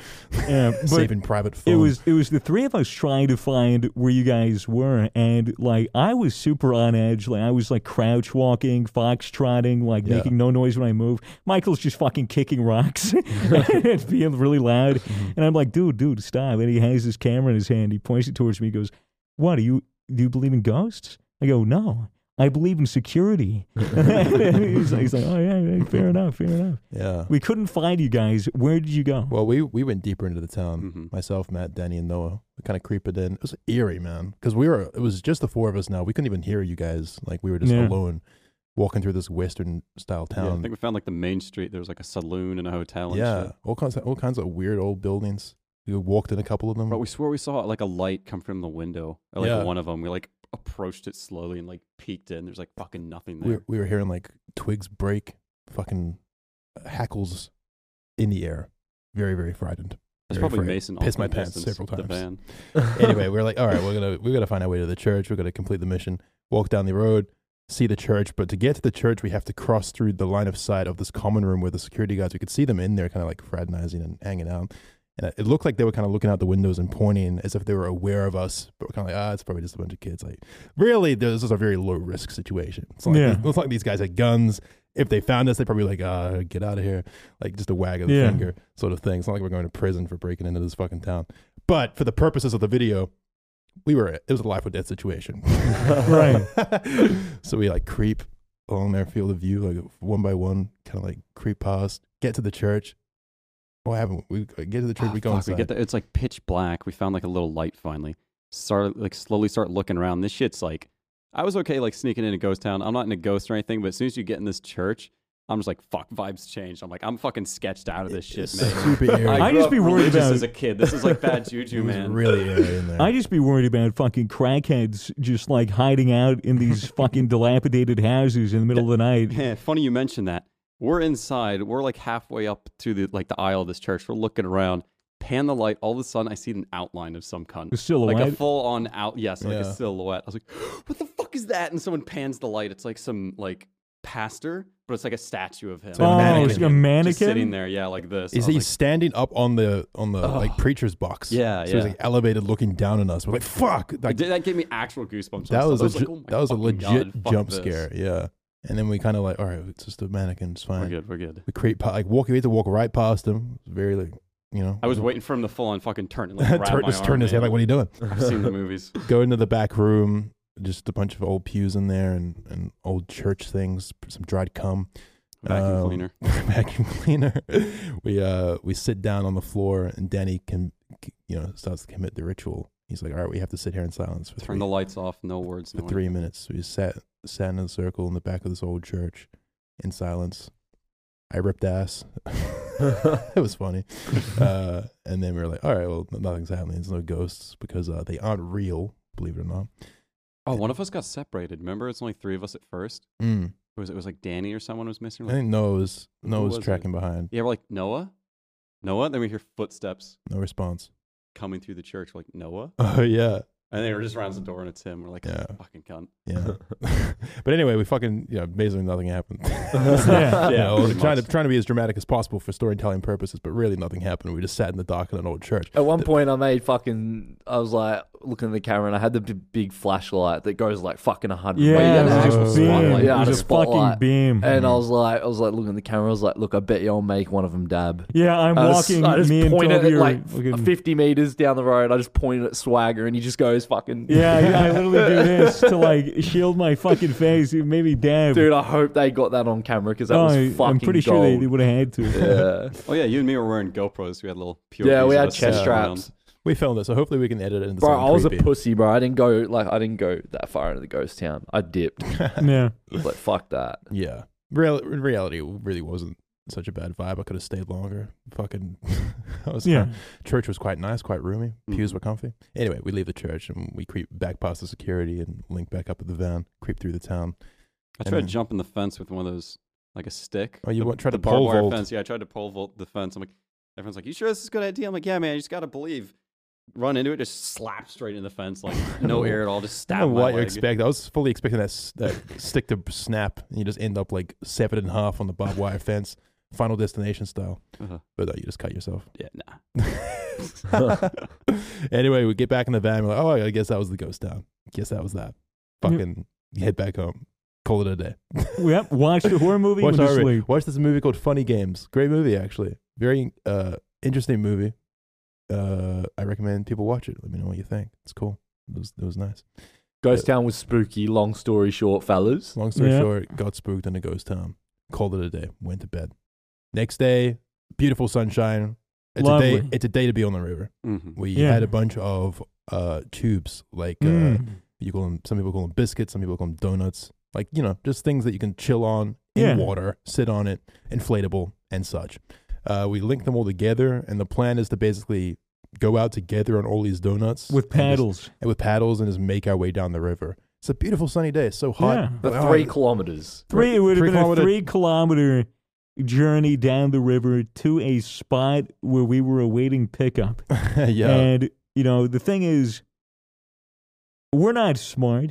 S3: yeah, but
S2: Saving private phone.
S3: it was it was the three of us trying to find where you guys were, and like I was super on edge. Like I was like crouch walking, fox trotting, like
S2: Yeah.
S3: making no noise when I move. Michael's just fucking kicking rocks and being really loud.
S2: Mm-hmm.
S3: And I'm like, dude, dude, stop. And he has his camera in his hand. He points it towards me. He goes, What do you do you believe in ghosts? I go, No. I believe in security. he's, like, he's like, Oh yeah, yeah, fair enough, fair enough.
S2: Yeah.
S3: We couldn't find you guys. Where did you go?
S2: Well, we, we went deeper into the town.
S4: Mhm.
S2: Myself, Matt, Danny, and Noah. We kind of creeped in. It was eerie, man. Because we were, it was just the four of us now. We couldn't even hear you guys. Like we were just
S3: Yeah.
S2: alone walking through this Western style
S4: Yeah, I
S2: town.
S4: think we found like the main street. There was like a saloon and a hotel. And
S2: yeah,
S4: shit.
S2: all kinds of all kinds of weird old buildings. We walked in a couple of them.
S4: Bro, we swore we saw like a light come from the window, or like
S2: Yeah.
S4: one of them. We like approached it slowly and like peeked in. There's like fucking nothing
S2: we,
S4: there.
S2: we were hearing like twigs break, fucking hackles in the air. Very very frightened.
S4: That's
S2: very
S4: probably
S2: afraid.
S4: Mason.
S2: Pissed
S4: off
S2: my
S4: in the
S2: pants
S4: distance,
S2: several
S4: the
S2: times.
S4: van.
S2: anyway, we are like, all right, we're gonna we're gonna find our way to the church. We're gonna complete the mission. Walk down the road, see the church. But to get to the church, we have to cross through the line of sight of this common room where the security guards. We could see them in there, kind of like fraternizing and hanging out. And it- it looked like they were kind of looking out the windows and pointing as if they were aware of us, but we're kind of like, ah, it's probably just a bunch of kids. Like, really, this is a very low risk situation. It's not like,
S3: Yeah.
S2: these- it's not like these guys had guns. If they found us, they'd probably be like, ah, get out of here. Like, just a wag of the
S3: Yeah.
S2: finger sort of thing. It's not like we're going to prison for breaking into this fucking town. But for the purposes of the video, we were it was a life or death situation.
S3: Right.
S2: so we like creep along their field of view, like one by one, kind of like creep past, get to the church. What happened? We uh, get to the church,
S4: Ah,
S2: we go
S4: fuck,
S2: inside.
S4: we get there. It's like pitch black. We found like a little light finally. Start like slowly start looking around. This shit's like I was okay like sneaking into ghost town. I'm not into ghosts or anything, but as soon as you get in this church, I'm just like, fuck, vibes changed. I'm like, I'm fucking sketched out of this shit, man.
S2: Super airy.
S3: I
S4: I
S2: It
S4: grew
S3: just
S4: up
S3: be worried
S4: religious
S3: about-
S4: as a kid. This is like bad juju,
S2: was
S4: man.
S2: really airy in there.
S3: I just be worried about fucking crackheads just like hiding out in these fucking dilapidated houses in the middle of the night.
S4: Heh, funny you mentioned that. We're inside. We're like halfway up to the like the aisle of this church. We're looking around. Pan the light. All of a sudden, I see an outline of some cunt.
S3: The
S4: Like a
S3: silhouette.
S4: full on out. Yes, like
S2: Yeah.
S4: a silhouette. I was like, what the fuck is that? And someone pans the light. It's like some like pastor, but it's like a statue of him.
S2: a
S3: oh,
S2: mannequin.
S3: it's a
S4: Just sitting
S3: mannequin.
S4: there. Yeah, like this.
S2: He's,
S4: I
S2: he's
S4: was like,
S2: standing up on the on the like preacher's box.
S4: Yeah,
S2: so
S4: yeah.
S2: He's like elevated, looking down on us. We're like, "Fuck!" Like,
S4: Did- that gave me actual goosebumps.
S2: that was,
S4: like,
S2: a
S4: oh my
S2: ju- that was a
S4: fucking
S2: legit
S4: God, fuck
S2: jump
S4: this.
S2: scare. Yeah. And then we kind of like, all right, it's just a mannequin. It's
S4: We're
S2: fine.
S4: good. We're good.
S2: We create pa- like walk. We had to walk right past him. Very like, you know.
S4: I was waiting for him to full on fucking turn and like grab
S2: turn,
S4: my
S2: just
S4: arm,
S2: turn his head
S4: man.
S2: like, what are you doing?
S4: I've seen the movies.
S2: Go into the back room. Just a bunch of old pews in there and, and old church things. Some dried cum.
S4: Vacuum
S2: Um,
S4: cleaner.
S2: vacuum cleaner. We uh we sit down on the floor and Danny can you know starts to commit the ritual. He's like, all right, we have to sit here in silence for
S4: Turn
S2: three
S4: the lights off. No words.
S2: for
S4: No
S2: three minutes. We just sat sat in a circle in the back of this old church in silence. I ripped ass. it was funny. Uh, and then we were like, all right, well, nothing's happening. There's no ghosts because uh, they aren't real, believe it or not.
S4: Oh, one of us got separated. Remember, it's only three of us at first.
S2: Mm.
S4: It was it was like Danny or someone was
S2: I
S4: missing. We're Like,
S2: think Noah was,
S4: Who
S2: Noah was
S4: was it?
S2: tracking behind.
S4: yeah, we're like Noah, Noah. Then we hear footsteps
S2: No response.
S4: coming through the church. We're like Noah,
S2: Oh, yeah.
S4: and they were just around the door, and it's him. We're like,
S2: Yeah.
S4: fucking cunt.
S2: Yeah. but anyway, we fucking yeah, basically nothing happened.
S3: Yeah.
S2: You know,
S4: pretty
S2: trying to
S4: much.
S2: trying to be as dramatic as possible for storytelling purposes, but really nothing happened. We just sat in the dark in an old church.
S1: At one point, I made fucking. I was like looking at the camera, and I had the b- big flashlight that goes like fucking hundred.
S3: Yeah,
S4: it was
S3: it was
S4: just a
S3: a beam.
S4: spotlight.
S1: Yeah,
S3: It
S1: it was
S3: was a
S1: a spotlight.
S3: fucking beam.
S1: And I was like, I was like looking at the camera. I was like, look, I bet you I'll make one of them dab.
S3: Yeah, I'm
S1: I just-
S3: walking.
S1: I just
S3: me and
S1: point it
S3: Toby
S1: at
S3: are
S1: like
S3: fucking-
S1: fifty meters down the road. I just point it at Swagger, and he just goes fucking.
S3: Yeah, yeah, I literally do this to like shield my fucking face. It made me damn.
S1: dude. I hope they got that on camera because that was fucking.
S3: Oh, I'm pretty sure they,
S1: gold.
S3: they would have had to.
S1: Yeah.
S4: Oh yeah, you and me were wearing GoPros. We had little pure.
S1: Yeah, we
S4: pieces
S1: had
S4: of stuff
S1: chest
S4: around.
S1: straps.
S2: We filmed it, so hopefully we can edit it. Into
S1: Bro,
S2: something
S1: I was a
S2: creepy.
S1: pussy, bro. I didn't go like I didn't go that far into the ghost town. I dipped.
S3: Yeah.
S1: like fuck that.
S2: Yeah, Real, in reality, it really wasn't such a bad vibe. I could have stayed longer. Fucking, I was
S3: Yeah.
S2: church was quite nice, quite roomy. Pews
S4: Mhm.
S2: were comfy. Anyway, we leave the church and we creep back past the security and link back up at the van, creep through the town.
S4: I
S2: And
S4: tried
S2: then-
S4: jumping the fence with one of those, like a stick.
S2: Oh, you
S4: the,
S2: went- tried
S4: the
S2: to pole
S4: barbed wire
S2: vault.
S4: fence. Yeah, I tried to pole vault the fence. I'm like, everyone's like, "You sure this is a good idea?" I'm like, "Yeah, man, you just gotta believe." Run into it, just slap straight into the fence, like no air at all, just
S2: I
S4: stab.
S2: don't know
S4: my
S2: what you
S4: leg.
S2: expect. I was fully expecting that, s- that stick to snap, and you just end up like severed in half on the barbed wire fence, Final Destination style.
S4: Uh-huh.
S2: But no, you just cut yourself.
S4: Yeah, nah.
S2: anyway, we get back in the van. We're like, oh, I guess that was the ghost town. Guess that was that.
S3: Yep.
S2: Fucking head back home. Call it a day.
S3: Mm-hmm. Yep. Watch the horror movie
S2: Watch,
S3: when you
S2: horror-
S3: sleep.
S2: watch this movie called Funny Games. Great movie, actually. Very uh, interesting movie. Uh, I recommend people watch it. Let me know what you think. It's cool. It was, it was nice.
S1: Ghost town was spooky. Long story short, fellas.
S2: Long story
S3: Yeah.
S2: short, got spooked in a ghost town. Called it a day. Went to bed. Next day, beautiful sunshine. It's a day.
S3: Lovely.
S2: It's a day to be on the river.
S4: Mm-hmm.
S2: We
S3: Yeah.
S2: had a bunch of uh, tubes, like uh,
S3: Mm.
S2: you call them. Some people call them biscuits. Some people call them donuts. Like you know, just things that you can chill on in
S3: Yeah.
S2: water, sit on it, inflatable and such. Uh, we link them all together, and the plan is to basically go out together on all these donuts
S3: With
S2: and just-
S3: paddles.
S2: and with paddles, and just make our way down the river. It's a beautiful sunny day. It's so hot.
S3: Yeah.
S1: The
S2: Oh,
S1: three kilometers.
S3: Three. It would have
S2: three
S3: been
S2: kilometer-
S3: a three kilometer journey down the river to a spot where we were awaiting pickup.
S2: yeah.
S3: And you know the thing is, we're not smart.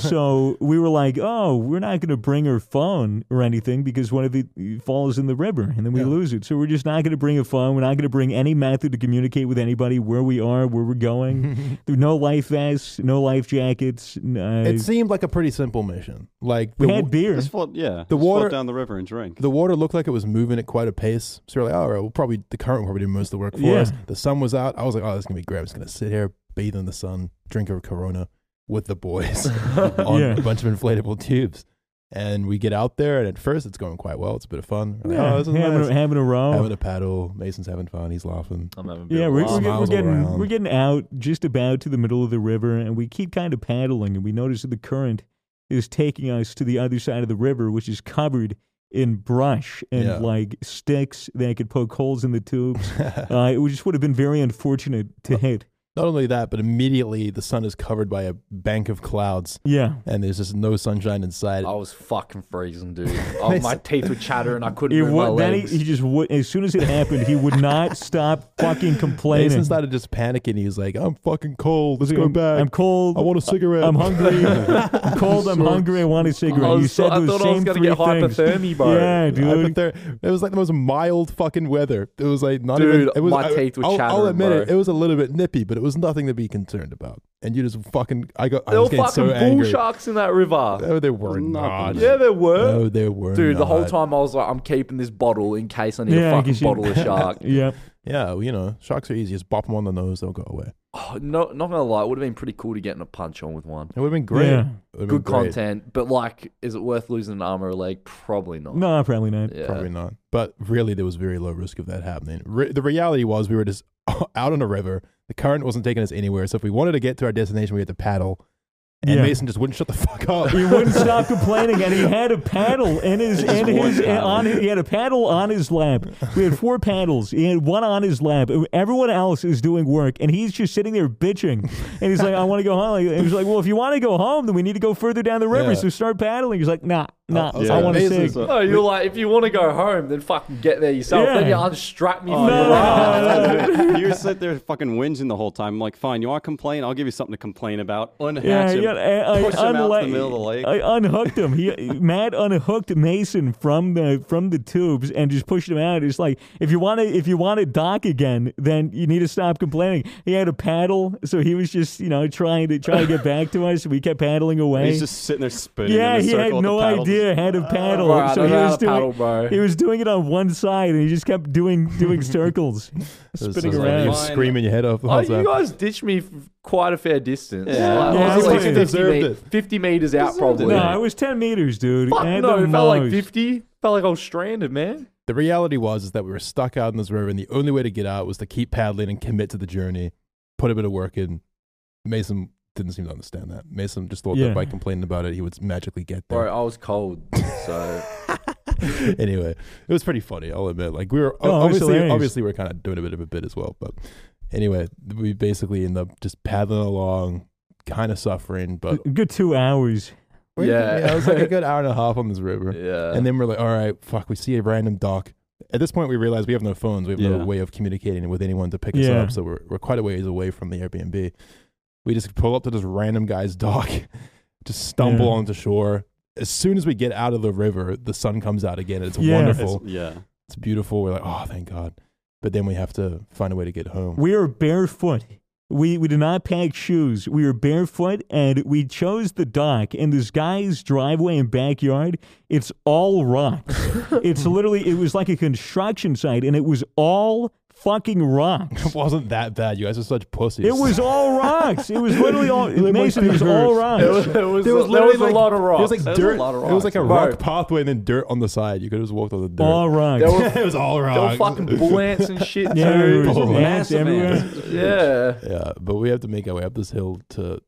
S3: so we were like, "Oh, we're not going to bring her phone or anything because what if it falls in the river and then we
S2: Yeah.
S3: lose it? So we're just not going to bring a phone. We're not going to bring any method to communicate with anybody where we are, where we're going. There were no life vests, no life jackets. n- Uh,
S2: it seemed like a pretty simple mission. Like
S3: we
S2: the
S3: had
S2: wa-
S3: beer.
S4: Just float, yeah.
S2: The
S4: just
S2: water-
S4: float down the river and drink.
S2: The water looked like it was moving at quite a pace. So we're like, all right, well, probably the current probably did most of the work for
S3: Yeah.
S2: us. The sun was out. I was like, oh, this is gonna be great. I'm just gonna sit here, bathe in the sun, drink a Corona with the boys on
S3: Yeah.
S2: a bunch of inflatable tubes. And we get out there, and at first it's going quite well. It's a bit of fun. We're like,
S3: Yeah,
S2: oh, this is
S3: having,
S2: nice.
S3: a, having a row.
S2: Having a paddle. Mason's having fun. He's laughing.
S1: I'm having a bit
S3: yeah,
S1: of
S3: we're,
S1: a
S3: we're,
S1: laugh.
S3: get- we're
S2: miles all
S3: getting
S2: around.
S3: we're getting out just about to the middle of the river, and we keep kind of paddling, and we notice that the current is taking us to the other side of the river, which is covered and brush and
S2: Yeah.
S3: like sticks that I could poke holes in the tubes. uh, it would- just would have been very unfortunate to hit.
S2: Not only that, but immediately the sun is covered by a bank of clouds,
S3: Yeah.
S2: and there's just no sunshine inside.
S1: I was fucking freezing, dude. Oh, my teeth were chattering. I couldn't
S3: It
S1: move my
S3: would, then he,
S1: legs.
S3: he just would, as soon as it happened, he would not stop fucking complaining.
S2: Mason started just panicking. He was like, "I'm fucking cold. Let's
S3: He's
S2: go
S3: like, I'm,
S2: back.
S3: I'm cold.
S2: I want a cigarette.
S3: I'm hungry. I'm cold. I'm
S2: So-
S3: hungry. I want a cigarette.
S1: I, was,
S3: you said
S1: I
S3: those
S1: thought I
S3: same
S1: was gonna
S3: three
S1: get
S3: things.
S1: hypothermia, bro.
S3: Yeah, dude.
S2: Hypother- it was like the most mild fucking weather. It was like not
S1: Dude,
S2: even. It was,
S1: my teeth were
S2: I'll, I'll
S1: chattering,
S2: admit it.
S1: bro.
S2: It was a little bit nippy, but it was nothing to be concerned about. And you just fucking. I got. I
S1: There were
S2: was getting
S1: fucking
S2: so
S1: bull
S2: angry.
S1: sharks in that river.
S2: No, they were not.
S4: Nothing.
S1: Yeah, there were.
S2: No, they were.
S1: Dude, the whole
S2: not.
S1: time I was like, I'm keeping this bottle in case I need
S3: Yeah,
S1: a
S3: I
S1: fucking
S3: guess you-
S1: bottle of shark.
S3: Yeah.
S2: Yeah, well, you know, sharks are easy. Just bop them on the nose, they'll go away.
S1: Oh, no, not gonna lie, it would have been pretty cool to get in a punch on with one.
S2: It would have been great.
S3: Yeah.
S2: It would've been
S1: Good
S2: great.
S1: content, but like, is it worth losing an arm or a leg? Probably not.
S3: No, probably not.
S1: Yeah.
S2: Probably not. But really, there was very low risk of that happening. Re- the reality was we were just out on a river. The current wasn't taking us anywhere. So if we wanted to get to our destination, we had to paddle. And
S3: Yeah.
S2: Mason just wouldn't shut the fuck up.
S3: He wouldn't stop complaining, and he had a paddle in his in
S1: one
S3: his
S1: paddle.
S3: on he had a paddle on his lap. We had four paddles. He had one on his lap. Everyone else is doing work, and he's just sitting there bitching. And he's like, "I want to go home." And he's like, "Well, if you want to go home, then we need to go further down the river.
S2: Yeah.
S3: So start paddling." He's like, "Nah, nah,
S2: I was
S3: I
S2: like,
S3: want to
S2: "Amazing."
S3: sing."
S4: So-
S1: No, you're like, if you want to go home, then fucking get there yourself.
S3: Yeah. Oh,
S1: Then you unstrap me from
S3: no,
S1: the
S3: no,
S1: raft.
S4: "Oh, you sit there fucking whinging the whole time. I'm like, fine, you want to complain? I'll give you something to complain about. Unhatch
S3: Yeah, uh,
S4: him.
S3: yeah. I, I,
S4: Push him out
S3: unla-
S4: the middle of the lake.
S3: I uh, unhooked him. He Matt unhooked Mason from the from the tubes and just pushed him out. It's like if you want to if you want to dock again, then you need to stop complaining. He had a paddle, so he was just you know trying to try to get back to us. We kept paddling away.
S4: He's just sitting there spinning.
S3: yeah,
S4: in the
S3: he
S4: circle
S3: had
S4: with the
S3: no
S4: paddles.
S3: idea how to paddle,
S1: Bro, I
S3: so
S1: don't
S3: he
S1: know how
S3: was
S1: to paddle,
S3: doing
S1: bro.
S3: he was doing it on one side, and he just kept doing doing circles,
S2: It was
S3: spinning
S2: just like you
S3: around.
S2: were screaming your head off the
S1: Oh,
S2: whole
S1: you
S2: time.
S1: guys ditched me f- quite a fair distance.
S4: Yeah.
S1: Like,
S3: Yeah,
S1: I was
S3: you
S1: like
S3: fucking
S1: 50,
S2: deserved
S1: me-
S2: it.
S1: 50 meters out, probably.
S3: no, it was ten meters, dude.
S1: Fuck
S3: At
S1: no,
S3: the
S1: it felt like
S3: most.
S1: 50. Felt like I was stranded, man.
S2: the reality was is that we were stuck out in this river, and the only way to get out was to keep paddling and commit to the journey, put a bit of work in. Mason didn't seem to understand that. Mason just thought
S3: Yeah.
S2: that by complaining about it, he would magically get there.
S1: Bro, I was cold, so
S2: anyway, it was pretty funny. I'll admit. Like we were
S3: No, it was
S2: obviously,
S3: hilarious.
S2: obviously we are kind of doing a bit of a bit as well. But anyway, we basically end up just paddling along, kind of suffering. But
S3: A good two hours.
S1: Yeah.
S2: it was like a good hour and a half on this river.
S1: yeah.
S2: And then we're like, all right, fuck. We see a random dock. At this point, we realize we have no phones. We have
S4: Yeah.
S2: no way of communicating with anyone to pick
S3: Yeah.
S2: us up. So we're we're quite a ways away from the Airbnb. We just pull up to this random guy's dock, just stumble
S3: Yeah.
S2: onto shore. As soon as we get out of the river, the sun comes out again. It's
S3: Yeah.
S2: wonderful.
S4: It's- yeah.
S2: It's beautiful. We're like, oh, thank God. But then we have to find a way to get home.
S3: We are barefoot. We we did not pack shoes. We were barefoot, and we chose the dock in this guy's driveway and backyard. It's all rocks. it's literally it was like a construction site, and it was all fucking rocks.
S2: It wasn't that bad. You guys are such pussies.
S3: It was all rocks. It was literally all Mason. It was all
S1: It was,
S3: rocks.
S1: it was,
S2: There was
S1: there was
S2: literally,
S1: a lot of
S2: It
S1: rocks.
S2: was like
S4: There was a
S2: dirt.
S4: lot of
S2: It was like
S4: rocks,
S2: a
S1: bro.
S2: rock pathway and then dirt on the side. You could have just walked on the dirt.
S3: All rocks.
S1: there were,
S2: it was all
S1: there were
S2: rock.
S1: fucking bull ants and shit
S3: yeah, there
S1: too.
S3: was
S2: Oh.
S3: ants
S4: Massive
S3: everywhere.
S4: ants.
S1: Yeah,
S2: yeah, but we have to make our way up this hill to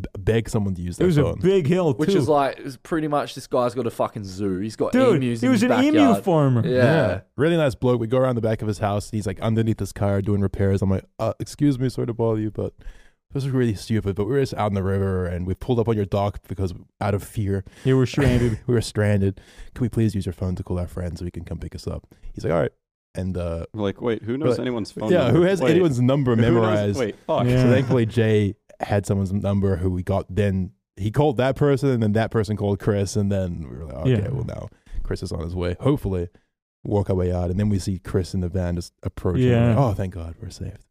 S2: b- beg someone to use
S3: It
S2: their
S3: was a
S2: phone.
S3: big hill too.
S1: which is like it's pretty much this guy's got a fucking zoo. He's got
S3: dude,
S1: emus.
S3: he
S1: in
S3: was
S1: his
S3: an emu
S1: backyard.
S3: farmer.
S1: Yeah.
S2: Really nice bloke. We go around the back of his house. He's like underneath his car doing repairs. I'm like, uh, excuse me, sorry to bother you, but this is really stupid. But we were just out in the river and we pulled up on your dock because out of fear.
S3: They were stranded.
S2: we were stranded. Can we please use your phone to call our friends so we can come pick us up? He's like, all right. And uh,
S4: We're like, wait, who knows
S2: But-
S4: anyone's
S3: Oh,
S4: phone?
S2: yeah,
S4: number?
S2: who has
S4: Wait,
S2: anyone's number
S4: who knows-
S2: memorized?
S4: Wait, fuck.
S3: Yeah.
S2: So thankfully, Jay had someone's number who we got. Then he called that person, and then that person called Chris, and then we were like, okay,
S3: Yeah.
S2: well now Chris is on his way. Hopefully, walk our way out, and then we see Chris in the van just approaching. We're like,
S3: Yeah.
S2: oh, thank God, we're saved.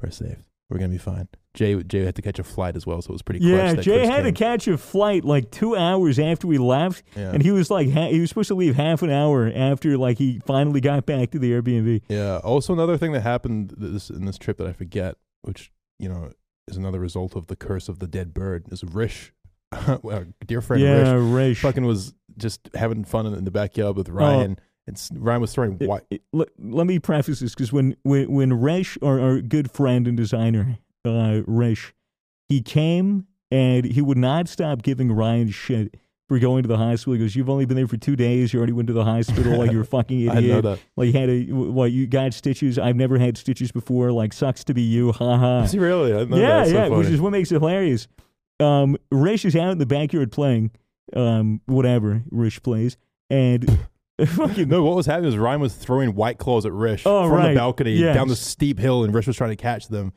S2: We're saved. We're gonna be fine. Jay Jay had to catch a flight as well, so it was pretty.
S3: Yeah,
S2: clutch that
S3: Jay
S2: Chris
S3: had
S2: came.
S3: to catch a flight like two hours after we left,
S2: Yeah.
S3: and he was like ha- he was supposed to leave half an hour after like he finally got back to the Airbnb.
S2: Yeah. Also, another thing that happened th- this in this trip that I forget, which you know is another result of the curse of the dead bird, is Rish, our dear friend
S3: yeah,
S2: Rish,
S3: Rish.
S2: fucking was just having fun in, in the backyard
S3: Oh.
S2: with Ryan, and s- Ryan was throwing
S3: It-
S2: white.
S3: it- le- let me preface this because when when when Rish, our, our good friend and designer, uh, Rish, he came and he would not stop giving Ryan shit for going to the hospital. He goes, "You've only been there for two days. You already went to the hospital. Like you're a fucking idiot.
S2: I know that.
S3: Like you had a well, you got stitches. I've never had stitches before. Like sucks to be you. Ha ha.
S2: Is he really? I didn't know
S3: yeah,
S2: that. It's so
S3: yeah, which
S2: funny.
S3: is what makes it hilarious. Um, Rish is out in the backyard playing, um, whatever Rish plays, and fucking
S2: No, what was happening was Ryan was throwing white claws at Rish
S3: Oh,
S2: from
S3: right.
S2: the balcony
S3: Yes.
S2: down the steep hill, and Rish was trying to catch them.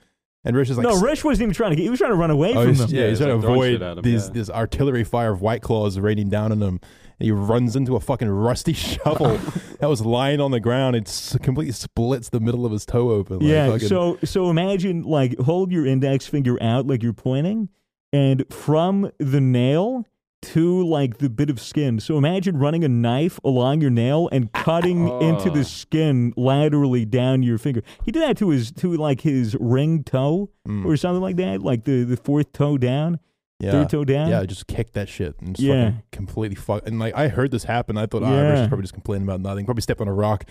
S2: And Rish is like,
S3: no,
S2: "S-
S3: Rish wasn't even trying to. Get, he was trying to run away
S2: oh,
S3: from
S2: he's-
S3: them.
S2: yeah, he's
S4: Yeah, he's
S2: trying
S4: like
S2: to
S4: throwing shit
S2: avoid
S4: at him,
S2: these
S4: yeah.
S2: this artillery fire of white claws raining down on him. And he runs into a fucking rusty shovel that was lying on the ground. It s- completely splits the middle of his toe open. Like,
S3: yeah.
S2: fucking-
S3: So so imagine like hold your index finger out like you're pointing, and from the nail to like the bit of skin. So imagine running a knife along your nail and cutting
S2: Ah.
S3: into the
S4: Oh.
S3: skin laterally down your finger. He did that to his to like his ring toe or something like that, like the the fourth toe down.
S2: Hmm. yeah.
S3: third toe down?
S2: Yeah, just kicked that shit and just
S3: Yeah.
S2: fucking completely fuck. And like I heard this happen, I thought oh,
S3: Yeah.
S2: Rish is probably just complaining about nothing, probably stepped on a rock.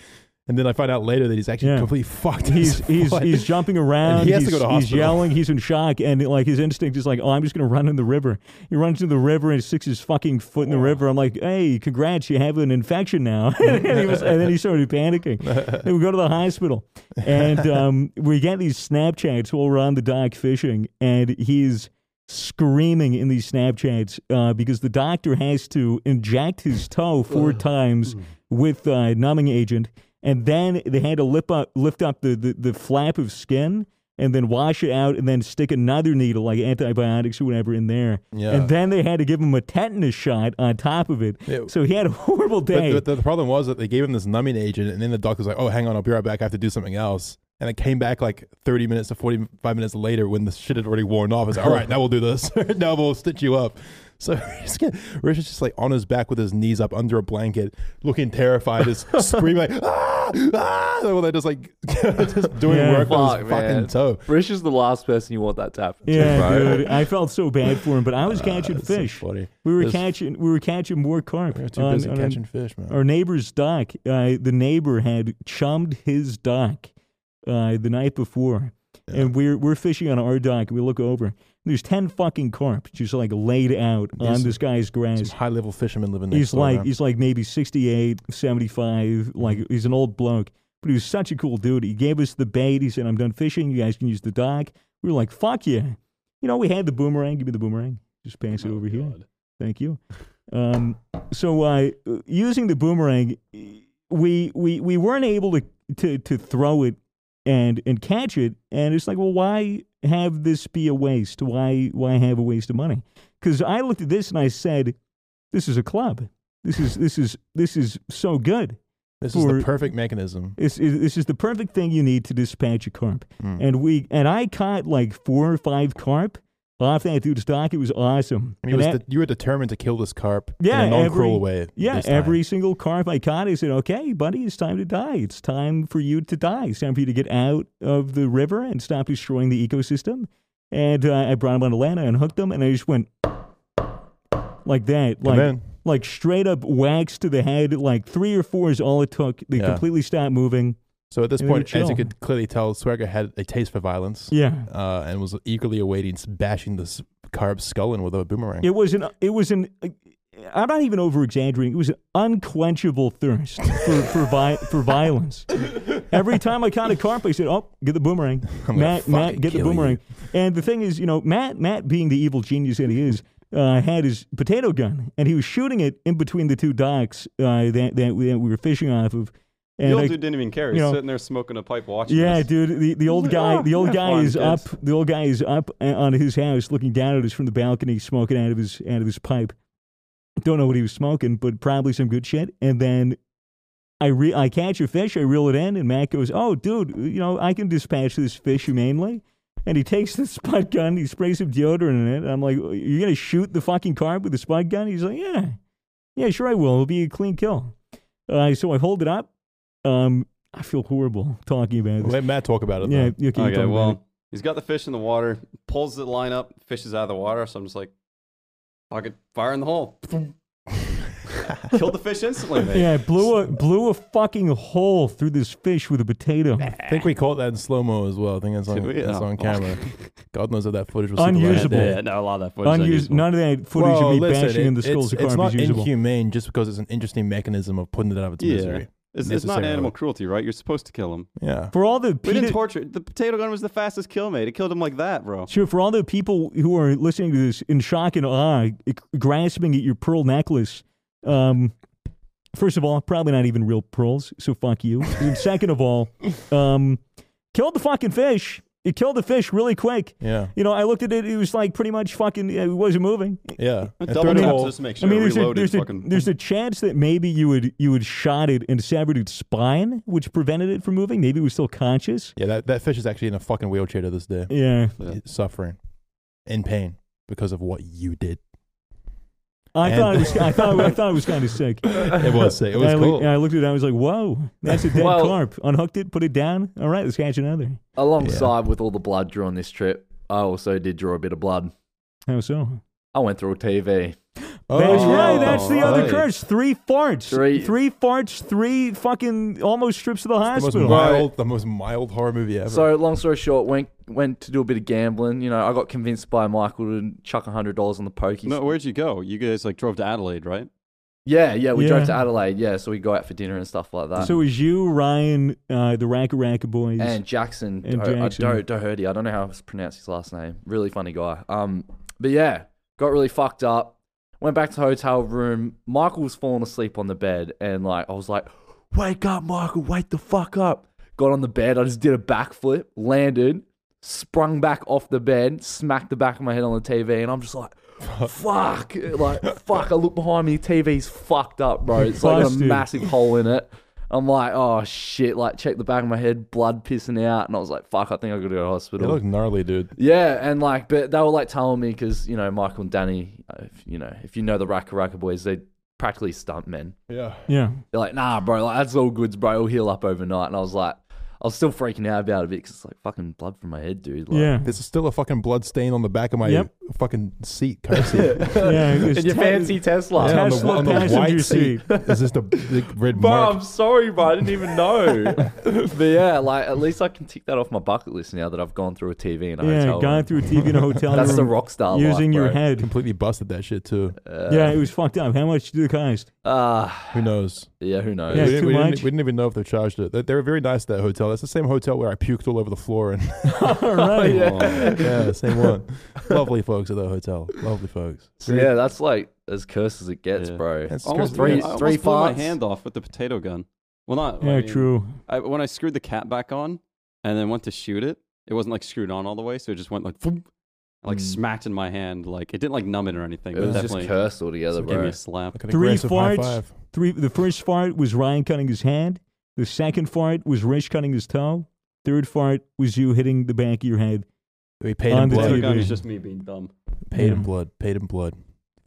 S2: And then I find out later that he's actually
S3: Yeah.
S2: completely fucked.
S3: He's
S2: his
S3: he's
S2: foot.
S3: he's jumping around.
S2: And he has to go
S3: he's,
S2: to
S3: he's
S2: hospital.
S3: yelling. He's in shock, and like his instinct is like, "Oh, I'm just gonna run in the river." He runs in the river and sticks his fucking foot in the river. I'm like, "Hey, congrats, you have an infection now." and, he was, and then he started panicking. and we go to the hospital, and um, we get these Snapchats while we're on the dock fishing, and he's screaming in these Snapchats uh, because the doctor has to inject his toe four times
S2: Mm.
S3: with uh, numbing agent, and then they had to lift up, lift up the, the, the flap of skin and then wash it out and then stick another needle like antibiotics or whatever in there.
S2: Yeah.
S3: And then they had to give him a tetanus shot on top of it.
S2: Yeah.
S3: So he had a horrible
S2: But
S3: day.
S2: the, the problem was that they gave him this numbing agent, and then the doctor's like, "Oh, hang on, I'll be right back. I have to do something else." And it came back like 30 minutes to 45 minutes later when the shit had already worn off. It's like, "All right, now we'll do this. now we'll stitch you up." So he's get- Rich is just like on his back with his knees up under a blanket, looking terrified, just screaming like, "Ah, ah!" Well, they're just like just doing
S3: Yeah.
S2: work on his
S1: Fuck, man.
S2: fucking toe.
S1: Rish is the last person you want that to happen. to.
S3: yeah,
S2: Right. Uh,
S3: dude, I felt so bad for him, but I was catching
S2: that's so
S3: fish. Uh,
S2: funny.
S3: We were
S2: There's-
S3: catching, we were catching more carp.
S2: They're too
S3: on-
S2: busy
S3: on our-
S2: catching fish, man.
S3: our neighbor's dock, uh, the neighbor had chummed his dock uh, the night before, and we're we're fishing on our dock. And we look over, and there's ten fucking carp just like laid out on
S2: These-
S3: this guy's
S2: Some
S3: grass.
S2: high level fishermen living next
S3: He's
S2: door,
S3: like
S2: man.
S3: he's like maybe 68, 75, like
S2: Mm-hmm.
S3: he's an old bloke, but he was such a cool dude. He gave us the bait. He said, "I'm done fishing. You guys can use the dock." We were like, "Fuck yeah!" You know, we had the boomerang. Give me the boomerang. Just pass it
S2: Oh,
S3: over here. Thank you. Um, so uh, using the boomerang, we we we weren't able to to to throw it and and catch it, and it's like, well, why have this be a waste? Why why have a waste of money? Because I looked at this and I said, this is a club. This is this is this is so good.
S2: this is the
S3: for-
S2: perfect mechanism.
S3: This is, this is the perfect thing you need to dispatch a carp. And we and I caught like four or five carp off that dude's dock. It was awesome.
S2: I mean,
S3: And
S2: it was
S3: that-
S2: de- you were determined to kill this carp
S3: Yeah,
S2: in a non
S3: every-
S2: cruel way.
S3: Yeah,
S2: this time.
S3: every single carp I caught, I said, okay, buddy, it's time to die. It's time for you to die. It's time for you to get out of the river and stop destroying the ecosystem. And uh, I brought him onto land, I unhooked him, and I just went like that, like,
S2: in.
S3: like straight up wax to the head, like three or four is all it took. They
S2: Yeah.
S3: completely stopped moving.
S2: So at this
S3: And they were
S2: point, as
S3: chill.
S2: you could clearly tell, Swagger had a taste for violence.
S3: Yeah.
S2: Uh, and was eagerly awaiting s- bashing this carp's skull in with a boomerang.
S3: It was an, it was an, I'm not even over exaggerating. It was an unquenchable thirst for for, vi- for violence. Every time I caught a carp, I said, "Oh, get the boomerang,
S2: I'm gonna
S3: Matt, Matt,
S2: fucking
S3: get the
S2: kill you."
S3: boomerang." And the thing is, you know, Matt, Matt, being the evil genius that he is, uh, had his potato gun, and he was shooting it in between the two docks uh, that, that we that we were fishing off of.
S4: The
S3: And
S4: old
S3: I-
S4: dude didn't even care. He's
S3: you know-
S4: sitting there smoking a pipe, watching.
S3: yeah,
S4: us.
S3: dude. The, the old
S4: like,
S3: guy,
S4: "Oh,
S3: the old
S4: have
S3: guy
S4: fun,
S3: is up.
S4: kids."
S3: The old guy is up uh, on his house, looking down at us from the balcony, smoking out of his out of his pipe. Don't know what he was smoking, but probably some good shit. And then I re- I catch a fish, I reel it in, and Matt goes, "Oh, dude, you know I can dispatch this fish humanely." And he takes the spud gun, he sprays some deodorant in it. And I'm like, "You're gonna shoot the fucking carp with the spud gun?" He's like, "Yeah, yeah, sure I will. It'll be a clean kill." Uh, so I hold it up. Um, I feel horrible talking about this.
S2: Let Matt talk about it.
S3: Yeah,
S2: though.
S3: okay. you talk
S4: Okay,
S3: about
S4: well,
S3: it.
S4: he's got the fish in the water, pulls the line up, fishes out of the water. So I'm just like, fuck it, fire in the hole. Killed the fish instantly, mate.
S3: Yeah, blew a blew a fucking hole through this fish with a potato.
S2: I think we caught that in slow mo as well. I think that's on,
S4: Did we?
S2: that's
S4: Oh.
S2: on camera. God knows that that footage was sitting
S4: Yeah,
S3: Unusable.
S2: Right
S4: yeah, no, a lot of that footage. is
S3: Unused,
S4: unusable.
S3: none of that footage
S2: Well,
S3: of me
S2: listen,
S3: bashing
S2: it-
S3: in the skulls
S2: it's,
S3: of
S2: it's
S3: carp
S2: not
S3: is usable.
S2: inhumane just because it's an interesting mechanism of putting it out of its
S4: Yeah.
S2: misery.
S4: It's, it's not
S2: necessarily.
S4: animal cruelty, right? You're supposed to kill him.
S2: Yeah.
S3: For all the
S4: We didn't
S3: PETA
S4: torture. The potato gun was the fastest kill, mate. It killed him like that, bro.
S3: Sure, for all the people who are listening to this in shock and awe, g- grasping at your pearl necklace, um, first of all, probably not even real pearls, so fuck you. And second of all, um, killed the fucking fish. It killed the fish really quick.
S2: Yeah.
S3: You know, I looked at it, it was like pretty much fucking, it wasn't moving.
S2: Yeah. And
S4: Double
S2: third of
S4: tap
S2: all-
S4: just to make
S3: I
S4: sure
S3: mean, there's a,
S4: reloaded.
S3: there's, a,
S4: fucking,
S3: there's a chance that maybe you would you would shot it and severed its spine, which prevented it from moving. Maybe it was still conscious.
S2: yeah, that, that fish is actually in a fucking wheelchair to this day.
S3: Yeah,
S4: Yeah.
S2: It's suffering in pain because of what you did.
S3: I
S2: And-
S3: thought it was I thought I thought it was kind of sick.
S2: It was sick. It was
S3: I, look-
S2: cool.
S3: I looked at it. I was like, "Whoa, that's a dead
S1: Well-
S3: carp." Unhooked it, put it down. All right, let's catch another.
S1: Alongside with all the blood drawn this trip, I also did draw a bit of blood.
S3: How so?
S1: I went through a TV.
S3: that's
S2: Oh,
S3: right. That's the other
S2: right.
S3: curse. Three farts.
S1: Three-
S3: farts. Three fucking almost strips to the
S2: The most
S3: hospital.
S2: mild, the most mild horror movie ever.
S1: So long story short, went went to do a bit of gambling. You know, I got convinced by Michael to chuck hundred dollars on the pokies.
S4: no, where'd you go? You guys like drove to Adelaide, right?
S1: Yeah, yeah, we drove to
S3: Yeah.
S1: Adelaide. Yeah, so we go out for dinner and stuff like that.
S3: so it was you, Ryan, uh, the Racka Racka boys.
S1: and Jackson,
S3: And
S1: Do- uh,
S3: Jackson.
S1: Do- Doherty. I don't know how to pronounce his last name. Really funny guy. Um, but yeah, got really fucked up. Went back to the hotel room. Michael was falling asleep on the bed, and like I was like, "Wake up, Michael! Wake the fuck up!" Got on the bed. I just did a backflip, landed, sprung back off the bed, smacked the back of my head on the TV, and I'm just like. Fuck! Like fuck! I look behind me. TV's fucked up, bro. It's like got a
S3: Busted.
S1: massive hole in it. I'm like, oh shit! Like, check the back of my head, blood pissing out, and I was like, fuck! I think I got to go to
S2: it
S1: hospital.
S2: looked gnarly, dude.
S1: yeah, and like, but they were like telling me because you know Michael and Danny, uh, if, you know, if you know the Raka Raka boys, they practically stunt men.
S2: Yeah.
S3: yeah,
S1: They're like, nah, bro, like that's all goods, bro. It'll heal up overnight. And I was like, I was still freaking out about it because it's like fucking blood from my head, dude. Like,
S3: yeah,
S2: There's still a fucking blood stain on the back of my
S3: Yep.
S2: fucking seat, car seat.
S3: yeah. it was
S1: In your
S3: te-
S1: fancy Tesla.
S2: Yeah, on the,
S3: Tesla
S2: on the
S3: passenger
S2: white seat. Is this the big red
S1: Bro,
S2: mark?
S1: I'm sorry, bro. I didn't even know. but yeah, like at least I can tick that off my bucket list now that I've gone through a TV and a
S3: Yeah,
S1: hotel.
S3: gone
S1: room.
S3: through a TV in a hotel
S1: That's the
S3: room
S1: rock star
S3: Um, using
S1: life,
S3: your
S1: bro.
S3: head.
S2: Completely busted that shit too.
S3: yeah, it was fucked up. How much did it cost?
S1: Ah,
S2: Who knows?
S1: yeah. Who knows?
S3: Yeah,
S2: we, didn't,
S3: too
S2: we, didn't,
S3: much.
S2: we didn't even know if they charged it. They, they were very nice at that hotel. That's the same hotel where I puked all over the floor. And
S3: All right.
S4: Oh,
S2: yeah, same one. Lovely folks at that hotel. Lovely folks.
S1: So yeah, that's like as cursed as it gets,
S4: Yeah.
S1: bro.
S2: That's
S4: almost
S2: crazy.
S1: three-
S4: three,
S2: Yeah.
S4: I
S1: three
S4: almost blew my
S1: farts.
S4: hand off with the potato gun. Well, not. I
S3: Yeah,
S4: mean,
S3: true.
S4: I, when I screwed the cat back on and then went to shoot it, it wasn't like screwed on all the way, so it just went like, thump, like
S2: Mm.
S4: smacked in my hand. Like it didn't like numb it or anything,
S1: It
S4: but
S1: was just
S4: definitely
S1: cursed altogether,
S4: gave me
S1: bro.
S4: a slap.
S2: Like an
S3: Three
S2: aggressive high
S3: farts.
S2: five.
S3: Three. The first fart was Ryan cutting his hand. The second fart was Rich cutting his toe. Third fart was you hitting the back of your head.
S2: We paid
S3: On
S2: in
S3: the
S4: Potato
S2: blood.
S3: TV.
S4: gun is just me being dumb.
S2: Paid in
S3: Yeah.
S2: blood. Paid in blood.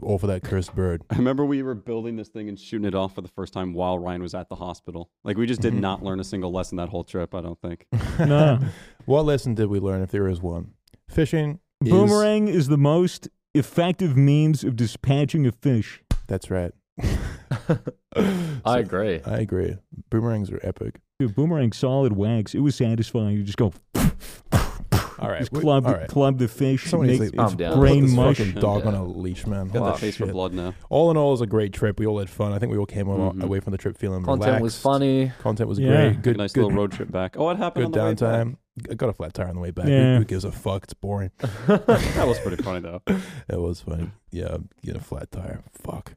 S2: All for that cursed bird.
S4: I remember we were building this thing and shooting it off for the first time while Ryan was at the hospital. Like we just did
S2: Mhm.
S4: not learn a single lesson that whole trip. I don't think.
S3: No.
S2: what lesson did we learn, if there is one? Fishing. is-
S3: Boomerang is the most effective means of dispatching a fish.
S2: That's right.
S1: I agree.
S2: I agree. Boomerangs are epic.
S3: Dude, boomerang solid wax. It was satisfying. You just go
S2: All right.
S3: just club,
S2: all right.
S3: club the fish.
S2: Someone needs
S3: make-
S2: to
S1: Calm
S2: put
S1: down.
S3: Brain
S2: this
S3: mush.
S2: fucking dog on
S1: Yeah.
S2: a leash, man.
S4: Got
S2: Holy
S4: that face for
S2: shit.
S4: blood now.
S2: All in all, it was a great trip. We all had fun. I think we all came
S4: Mhm.
S2: away from the trip feeling
S1: Content
S2: relaxed.
S1: was funny.
S2: Content was
S3: Yeah.
S2: great.
S4: Good,
S2: Good,
S4: nice
S2: good,
S4: little road trip back. Oh, what happened?
S2: good
S4: on the way back?
S2: downtime. I got a flat tire on the way back. Who-
S3: Yeah.
S2: Who gives a fuck? It's boring.
S4: That was pretty funny though.
S2: It was funny. Yeah, get a flat tire. Fuck.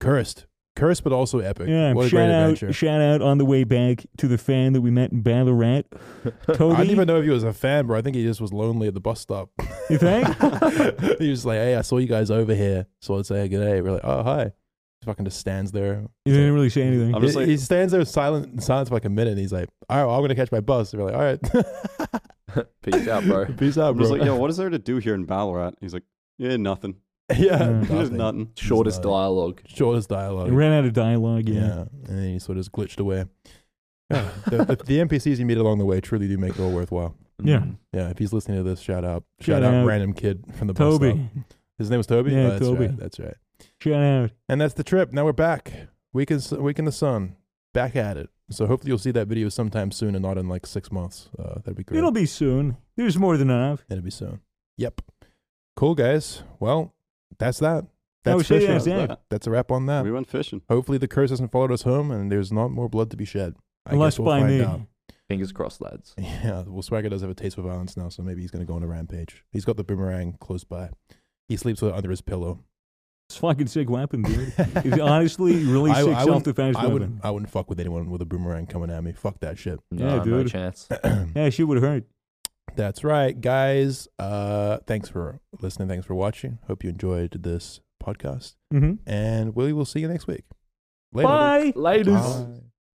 S2: Cursed. Cursed, but also epic.
S3: Yeah,
S2: what a great
S3: shout
S2: adventure.
S3: out, shout out on the way back to the fan that we met in Ballarat, Toby.
S2: I didn't even know if he was a fan, bro. I think he just was lonely at the bus stop.
S3: You think?
S2: he was like, "Hey, I saw you guys over here, so I'd say good day." We're like, "Oh, hi." He fucking just stands there.
S3: You didn't really say anything.
S4: I'm just
S2: he,
S4: like-
S2: he stands there silent, in silence for like a minute. And he's like, "All right, well, I'm gonna catch my bus." And we're like, "All right,
S1: Peace out, bro.
S2: peace out,
S4: I'm
S2: Oh, bro."
S4: just like, yo, what is there to do here in Ballarat? He's like, yeah, nothing.
S2: yeah,
S3: Mm.
S4: There's nothing.
S1: Shortest
S2: dialogue.
S1: dialogue.
S2: Shortest dialogue.
S3: It ran out of dialogue.
S2: yeah.
S3: Yeah. Oh.
S2: and then he sort of just glitched away. Yeah, the, the, the NPCs you meet along the way truly do make it all worthwhile.
S3: Yeah.
S1: Mm.
S2: Yeah, if he's listening to this, shout out, shout,
S3: Shout
S2: out,
S3: out.
S2: random kid from the bus
S3: Toby.
S2: stop. His name was Toby.
S3: Yeah,
S2: Oh, that's
S3: Toby.
S2: Right, that's right.
S3: Shout out.
S2: And that's the trip. Now we're back. Week in, week in the sun. Back at it. So hopefully you'll see that video sometime soon and not in like six months. Uh, that'd be great.
S3: It'll be soon. There's more than enough.
S2: It'll be soon. Yep. Cool, guys. Well, that's that.
S3: That
S2: That's
S3: was it,
S2: fishing.
S3: that's it.
S2: That's a wrap on that.
S4: We went fishing.
S2: Hopefully the curse hasn't followed us home and there's not more blood to be shed. I
S3: Unless
S2: guess we'll
S3: by
S2: find
S3: me.
S2: out.
S1: Fingers crossed, lads.
S2: Yeah, well, Swagger does have a taste for violence now, so maybe he's going to go on a rampage. He's got the boomerang close by. He sleeps with it under his pillow.
S3: It's a fucking sick weapon, dude. It's honestly really
S2: I-
S3: sick
S2: I
S3: self
S2: wouldn't-
S3: defense
S2: I
S3: weapon.
S2: wouldn't, I wouldn't fuck with anyone with a boomerang coming at me. Fuck that shit.
S3: Yeah,
S1: No, no
S3: dude.
S1: chance.
S3: Yeah, shit would hurt.
S2: That's right, guys. Uh, thanks for listening. Thanks for watching. Hope you enjoyed this podcast,
S3: Mm-hmm.
S2: and we will see you next week. Later.
S3: Bye.
S1: Ladies.
S2: Bye.